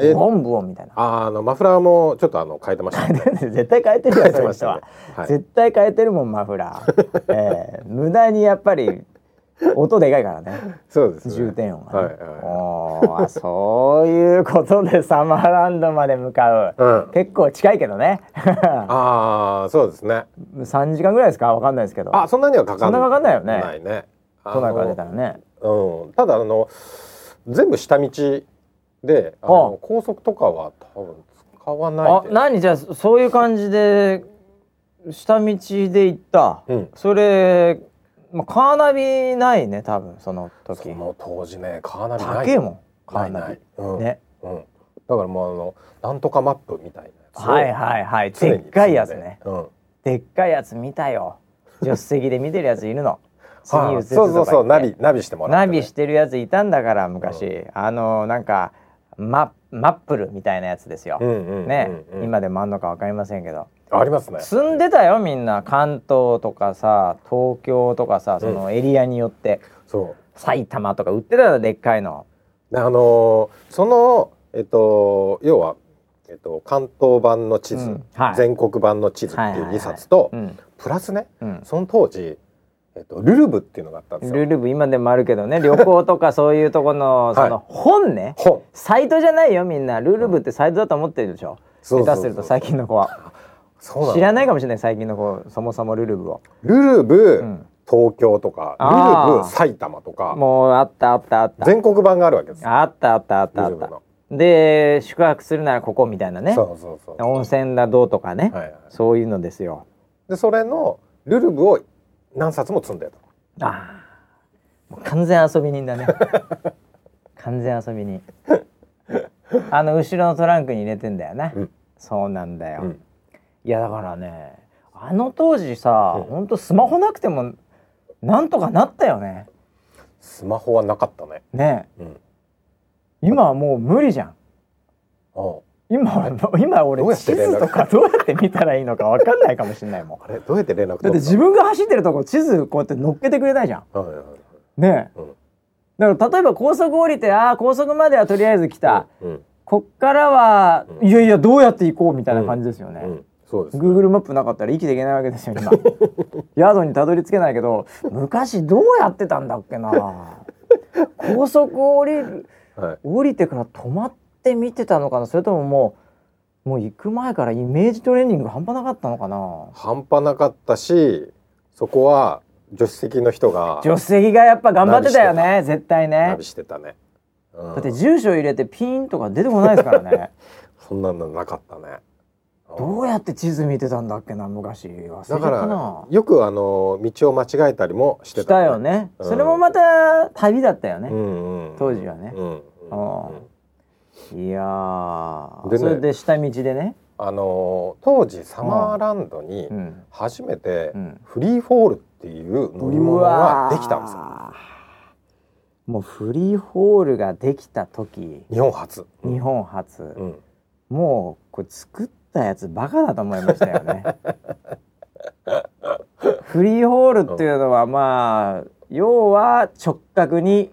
S2: え
S1: ボンブオンみたいな
S2: あーあのマフラーもちょっとあの変えてましたね
S1: 絶対変えてるよ
S2: 変え
S1: そ
S2: て
S1: の
S2: まし
S1: 人
S2: たね
S1: は、
S2: はい
S1: 絶対変えてるもんマフラ ー、ええ無駄にやっぱり音でかいからね
S2: そうですね
S1: 重点音が、ね
S2: はい
S1: お
S2: は
S1: ーあそういうことでサマーランドまで向かう、
S2: うん
S1: 結構近いけどね
S2: いああそうですね
S1: 3時間ぐらいですかわかんないですけど
S2: あそんなにはかかん
S1: そんなかかんないよね
S2: ないねあ
S1: 都
S2: の
S1: 内から出たらね
S2: うん、ただあの全部下道であ
S1: はあ
S2: の高速とかは多分使わない
S1: あ
S2: で
S1: 何じゃあそういう感じで下道で行った、
S2: うん
S1: それ、まあ、カーナビないね多分その時
S2: その当時ねカーナビない
S1: 高えもんカ
S2: な
S1: ー
S2: い
S1: ナ
S2: な
S1: ビ
S2: い、うん
S1: ね
S2: うん、だからもうあのなんとかマップみたいなやつを
S1: はいはいはい
S2: 常に
S1: でっかいやつね
S2: 積んでうん
S1: でっかいやつ見たよ助手席で見てるやついる の次
S2: は
S1: 右
S2: あ
S1: 折とか
S2: そうそうそ
S1: 言っ
S2: うナ
S1: て
S2: ビナビしてもらっ
S1: ナ
S2: てね、
S1: ビしてるやついたんだから昔、あのなんかママップルみたいなやつですよ、
S2: うんうんうんうん
S1: ね、今でもあんのかわかりませんけど
S2: ありますね
S1: 積んでたよみんな関東とかさ東京とかさそのエリアによって、
S2: そう
S1: 埼玉とか売ってたらでっかいの
S2: であのーそのえっと要は、えっと、関東版の地図、
S1: うんはい
S2: 全国版の地図って
S1: はい
S2: い
S1: は
S2: う
S1: いはい
S2: 2冊と、
S1: うん
S2: プラスね、
S1: うん
S2: その当時、えっと、ルルブっていうのがあったんですよ
S1: ルルブ今でもあるけどね旅行と かそういうとこのその本ね、
S2: 本
S1: サイトじゃないよみんなルルブってサイトだと思ってるでしょ、
S2: そう
S1: 下手
S2: そうそう
S1: すると最近の子は
S2: そうなの
S1: 知らないかもしれない最近の子そもそもルルブを
S2: ルルブ、
S1: ん
S2: 東京とか
S1: あー
S2: ルルブ埼玉とか
S1: もうあったあったあった
S2: 全国版があるわけですよ
S1: あったあったあったあ
S2: ル
S1: っ
S2: ルブの
S1: たで宿泊するならここみたいなね
S2: そうそうそう
S1: 温泉だどうとかね、
S2: はいはい
S1: そういうのですよ
S2: でそれのルルブを何冊も積んでた
S1: ああもう完全遊び人だ ね完全遊び人あの後ろのトランクに入れてんだよね、
S2: うん
S1: そうなんだよ、
S2: うん
S1: いやだからねあの当時さ、ほんとスマホなくてもなんとかなったよね
S2: スマホはなかったね
S1: ねえ
S2: うん
S1: 今はもう無理じゃん
S2: あ
S1: 今今俺
S2: どうやっ
S1: 地
S2: て連絡
S1: 図とかどうやって見たらいいのか分かんないかもしれないもん
S2: あれ どうやって連絡
S1: だっ
S2: 取
S1: て
S2: った
S1: 自分が走ってるとこ地図こうやって乗っけてくれないじゃん
S2: はいはいはい
S1: ねえ、
S2: うん
S1: だから例えば高速降りてああ高速まではとりあえず来た、
S2: うん
S1: こっからは、
S2: うん
S1: いやいやどうやって行こうみたいな感じですよね、
S2: うん、そうですね
S1: Google マップなかったら生きていけないわけですよ 今宿にたどり着けないけど昔どうやってたんだっけな高速降りる
S2: はい
S1: 降りてから止まって見てたのかなそれとももうもう行く前からイメージトレーニングが半端なかったのかな
S2: 半端なかったしそこは助手席の人が
S1: 助手席がやっぱ頑張ってたよね絶対ね
S2: ナビしてたね、うん
S1: だって住所入れてピーンとか出てこないですからね
S2: そんなのなかったね
S1: どうやって地図見てたんだっけな昔忘れちゃ
S2: だ
S1: っ
S2: か
S1: た
S2: ら
S1: な
S2: よくあの道を間違えたりもしてた、
S1: したよね、
S2: うん
S1: それもまた旅だったよ
S2: う
S1: ね、
S2: んうん、
S1: 当時はね
S2: うんうん
S1: ああ
S2: うん
S1: いやー
S2: でね
S1: それで下道でね
S2: あの当時サマーランドに
S1: うん
S2: 初めて
S1: うん
S2: フリーフォールっていう乗り物ができたんです
S1: う
S2: よ
S1: わーもうフリーホールができた時
S2: 日本初
S1: 日、本初
S2: う、ん、
S1: もうこれ作ったやつバカだと思いましたよ ねフリーホールっていうのはまあ要は直角に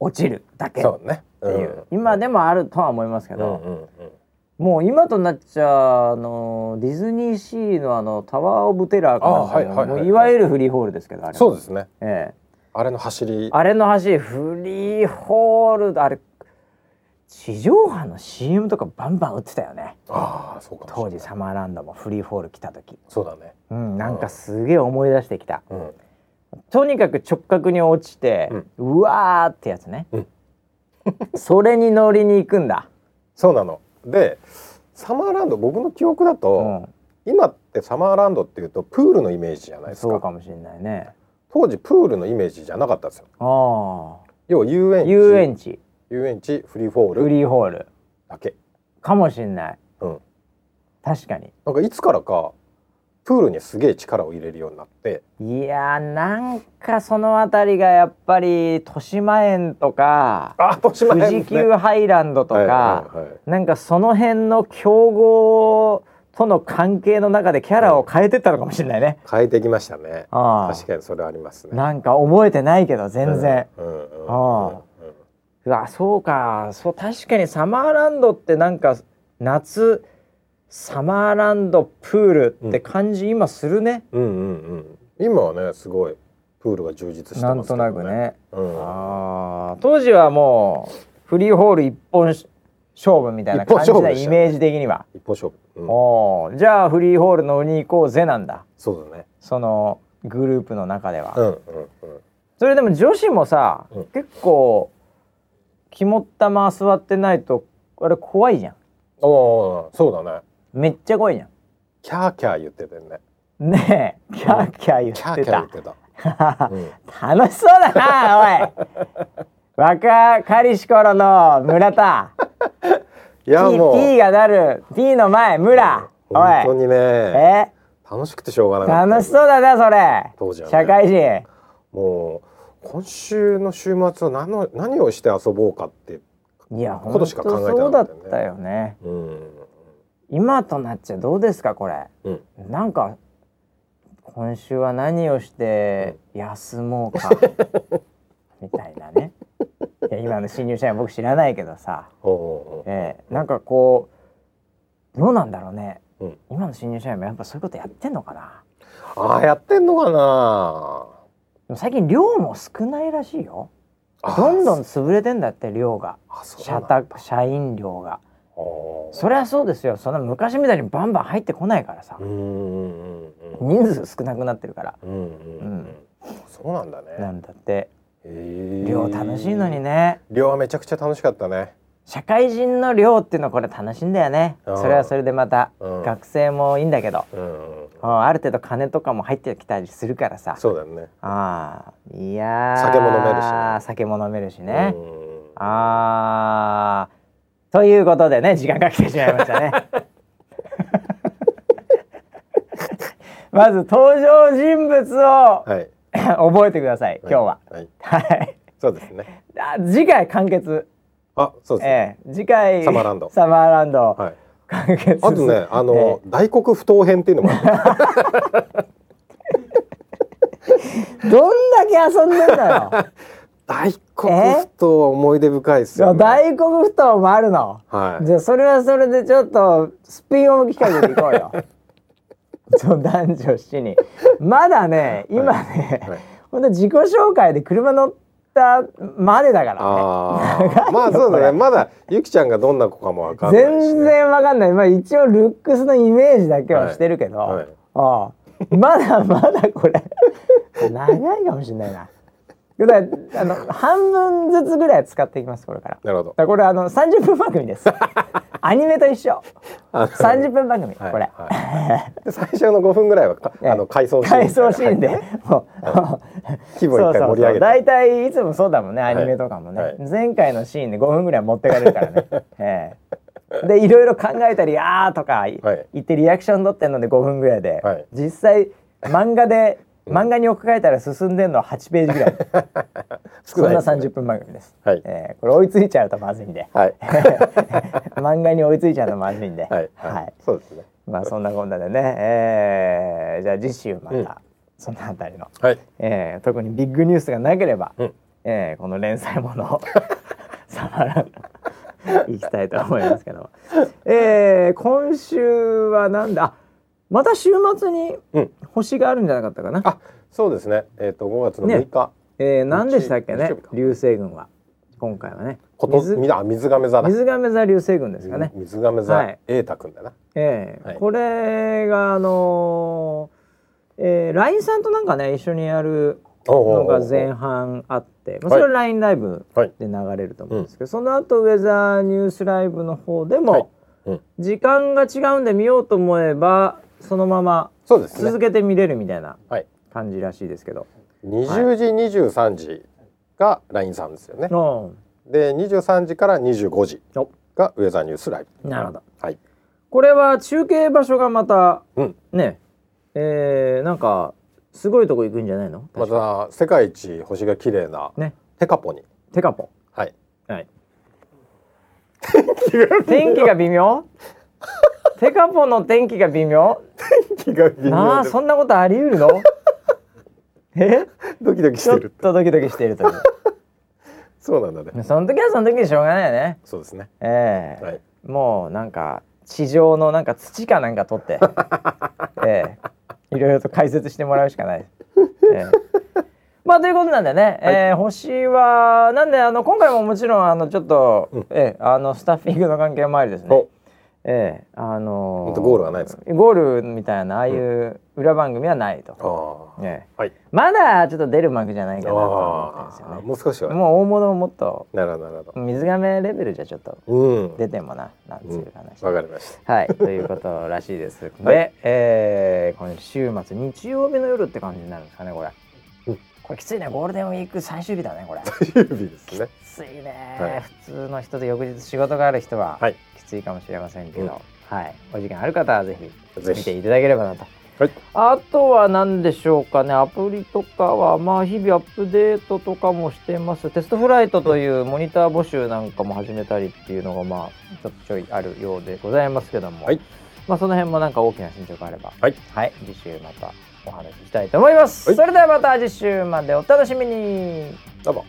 S1: 落ちるだけっ
S2: そうね、
S1: ていう、今でもあるとは思いますけ
S2: うん
S1: ど、
S2: うんうん
S1: もう今となっちゃあのディズニーシーのあのタワー・オブ・テラーかなんか
S2: あはいはいはい
S1: ももういわゆるフリーホールですけどあれは
S2: そうですね
S1: ええ
S2: あれの走り
S1: あれの橋フリーホールあれ地上波の CM とかバンバン打ってたよね
S2: ああそうかもしれ
S1: 当
S2: ない
S1: 時サマーランドもフリーホール来た時、
S2: そうだね
S1: うん、なんかすげえ思い出してきた、
S2: うん
S1: とにかく直角に落ちて、うわーってやつね、
S2: うん
S1: それに乗りに行くんだ、
S2: そうなのでサマーランド僕の記憶だ
S1: う
S2: と、
S1: ん、
S2: 今ってサマーランドっていうとプールのイメージじゃないです
S1: そう
S2: か
S1: かもしれないね
S2: 当時プールのイメージじゃなかったんですよ
S1: あ
S2: 要は遊
S1: あ
S2: 園地
S1: 遊園地
S2: 遊園地フリーフォー
S1: フ
S2: ル
S1: リーホール
S2: だけ
S1: かもしれない、
S2: うん
S1: 確かに
S2: なんかいつからかプールにすげえ力を入れるようになって
S1: いやーなんかその辺りがやっぱり豊島園とか
S2: あっ年
S1: 富士急ハイランドとか、
S2: はいはいはい
S1: なんかその辺の競合との関係の中でキャラを変えてったのかもしれないね。
S2: 変えてきましたね
S1: あ
S2: 確かにそれあります
S1: あ
S2: ね
S1: なんか覚えてないけど全然。
S2: うんうんうんうん
S1: あうわそうかそう確かにサマーランドってなんか夏サマーランドプールって感じ今するね、
S2: うんうんうん今はねすごいプールが充実して
S1: な
S2: ま
S1: ん
S2: すけ
S1: と
S2: ど
S1: なくね。
S2: うん
S1: あー当時はもうフリーホール一本し勝負みたいな感じ
S2: 一本勝
S1: だ
S2: 負でし
S1: イ
S2: たね
S1: メージ的には。
S2: 一本勝負うん
S1: おおじゃあフリーホールのに行こうぜなんだ
S2: そうだね
S1: そのグループの中では。
S2: うんうんうん
S1: それでも女子もさ、
S2: うん
S1: 結構肝っ玉座ってないとあれ怖いじゃん
S2: おーそうだね
S1: めっちゃ怖いじゃ
S2: キャーキャー言ってたよね
S1: んねえキャーキャー言
S2: キャ
S1: っ
S2: ー
S1: て
S2: キャー言
S1: た
S2: ってたうん
S1: 楽しそうだなおい若かりし頃の村田 T,
S2: いやも
S1: T
S2: う
S1: がなる T の前村お
S2: 本当
S1: い
S2: にね
S1: え
S2: 楽しくてしょうがなかった
S1: 楽しそうだなそれ
S2: 当時はね
S1: 社会人
S2: もう今週の週末は何の何をして遊ぼうかって
S1: いや
S2: ことしか考えてな
S1: そうだ
S2: かったよね
S1: ったよね
S2: うん
S1: 今となっちゃどうですかこれ
S2: うん
S1: なんか今週は何をして休も うかみたいなねいや今の新入社員は僕知らないけどさ、
S2: おうおう
S1: ええなんかこうどうなんだろうね
S2: おううん
S1: 今の新入社員もやっぱそういうことやってんのかな
S2: ああやってんのかな
S1: でも最近量も少ないらしいよ
S2: あー
S1: どんどん潰れてんだって量が
S2: あそうな
S1: 社
S2: んだ
S1: 宅社員量が
S2: おー
S1: そりゃそうですよそんな昔みたいにバンバン入ってこないからさ
S2: うんうんうんうん
S1: 人数少なくなってるから
S2: うんうんうん
S1: うん
S2: そうなんだね
S1: なんだって
S2: へー
S1: 量楽しいのにね
S2: 寮はめちゃくちゃ楽しかったね
S1: 社会人の寮っていうのはこれ楽しいんだよね
S2: うん
S1: それはそれでまた、
S2: うん
S1: 学生もいいんだけど、
S2: うんうん
S1: うんある程度金とかも入ってきたりするからさ
S2: そうだよね
S1: ああいやー
S2: 酒も飲めるしね
S1: 酒も飲めるしね、
S2: うん
S1: ああということでね時間が来てしまいま したねまず登場人物を
S2: はい
S1: 覚えてください今日は、
S2: いい
S1: はい
S2: そうですね
S1: あ次回完結、
S2: あそうですね
S1: ええ次回
S2: サマーランド
S1: サマーランド、
S2: はい
S1: 完結
S2: あとね、あの、大黒不当編っていうのもあるんだ
S1: ねどんだけ遊んでんだ
S2: けど。大黒不当思い出深いです
S1: よ
S2: よ、ね。
S1: 大黒ふ頭もあるの、
S2: はい。
S1: じゃあそれはそれでちょっとスピンオフ企画でいこう よそう男女7人まだね今ね、
S2: はい
S1: ほんと自己紹介で車乗ったまでだからね
S2: ああ、まあそうだね。まだゆきちゃんがどんな子かもわかんないし、ね。
S1: 全然わかんないまあ一応ルックスのイメージだけはしてるけど、
S2: はいはい
S1: ああまだまだこれ長いかもしれないなだからあの半分ずつぐらい使っていきますこれから
S2: なるほど
S1: だか。らこれあの30分番組です アニメと一緒
S2: あの
S1: 30分番組、
S2: はい
S1: これ、
S2: はいで最初の5分ぐ らいはか、あの回想シーン。
S1: 回想シーンで、
S2: はい
S1: もう、もう
S2: 規模一回盛り上げて
S1: 大体いつもそうだもんねアニメとかもね、
S2: はい
S1: 前回のシーンで5分ぐらい持ってかれるからね、ええでいろいろ考えたり「あー」とか
S2: はい
S1: 言ってリアクション取ってんので5分ぐらいで、
S2: はい
S1: 実際漫画で漫画に置き換えたら進んでんの8ページぐらいそ
S2: 少な
S1: ん
S2: いで
S1: な
S2: すね
S1: 30分番組です、
S2: はい
S1: えーこれ追いついちゃうとまずいんで
S2: はい
S1: 漫画に追いついちゃうとまずいんで、
S2: はいはいそうですね
S1: まあそんなこんなでね、えーじゃあ次週ま
S2: うん
S1: たそのあたりの、
S2: はい
S1: えー特にビッグニュースがなければ、
S2: うん
S1: えーこの連載ものを 触らないいきたいと思いますけども、えー今週はなんだあまた週末に
S2: うん
S1: 星があるんじゃなかったかな、
S2: あそうですねえっ、と5月の
S1: ね
S2: 6日、
S1: えー何でしたっけ
S2: 日
S1: ね
S2: 曜日か
S1: 流星群は今回はね
S2: こと
S1: 水
S2: みあ水亀座だ
S1: 水亀座流星群ですかね、
S2: 水亀座、
S1: はい
S2: 瑛太くんだな
S1: ええ
S2: はい
S1: これがあのーえー、LINE さんとなんかね一緒にやるのが前半あって、まあ、それは LINE ライブ
S2: はい
S1: で流れると思うんですけど、その後ウェザーニュースライブの方でも、
S2: はいうん
S1: 時間が違うんで見ようと思えばそのまま
S2: そうです
S1: 続
S2: ね
S1: けて見れるみたいな
S2: はい
S1: 感じらしいですけど、
S2: 20時23時が LINE さんですよね、
S1: お
S2: で23時から25時
S1: ーお
S2: がウェザーニュースライブ
S1: なるほど
S2: はい
S1: これは中継場所がまた
S2: うん
S1: ねえー、なんかすごいとこ行くんじゃないの
S2: また世界一星が綺麗な
S1: ね
S2: テカポに
S1: テカポ
S2: はい
S1: はい。天気が微妙。テカポの天気が微妙。
S2: 気が微
S1: なあ、そんなことあり得るの。え、
S2: ドキドキし
S1: ちょ
S2: て
S1: っ
S2: る
S1: とドキドキしているという。
S2: そうなんだね
S1: その時はその時でしょうがないよね。
S2: そうですね
S1: ええ
S2: はい
S1: もうなんか地上のなんか土かなんか取って。ええいろいろと解説してもらうしかない。ええまあということなんでね、えー星はなんであの今回ももちろんあのちょっと、
S2: うん
S1: ええあのスタッフィングの関係もありですね。
S2: お
S1: ええあの
S2: ほんとゴールはないです
S1: ゴールみたいなああいう裏番組はないと、
S2: あ
S1: ええ
S2: あはい
S1: まだちょっと出る幕じゃないかなと思ってるんですよ
S2: ああ
S1: ね
S2: もう少しは
S1: もう大物をもっと
S2: なるほどなるほど
S1: 水亀レベルじゃちょっと
S2: うん
S1: 出てもななんつ
S2: う
S1: うん話、
S2: わかり ました
S1: はいということらしいです で、ええ今週末日曜日の夜って感じになるんですかねこれ、
S2: うん
S1: これきついねゴールデンウィーク最終日だねこ れ
S2: 指ですね
S1: きついね、
S2: はい
S1: 普通の人で翌日仕事がある人は、
S2: はい
S1: きついかもしれませんけど、
S2: うん
S1: はいお時間ある方はぜひ
S2: ぜ
S1: 見て
S2: ひ
S1: いただければなと
S2: はい
S1: あとは何でしょうかねアプリとかはまあ日々アップデートとかもしてますテストフライトというモニター募集なんかも始めたりっていうのがまあちょっとちょいあるようでございますけども、
S2: はい
S1: まあその辺もなんか大きな進捗があれば
S2: はい、
S1: 次週またお話ししたいと思います、
S2: はい
S1: それではまた次週までお楽しみに
S2: どうも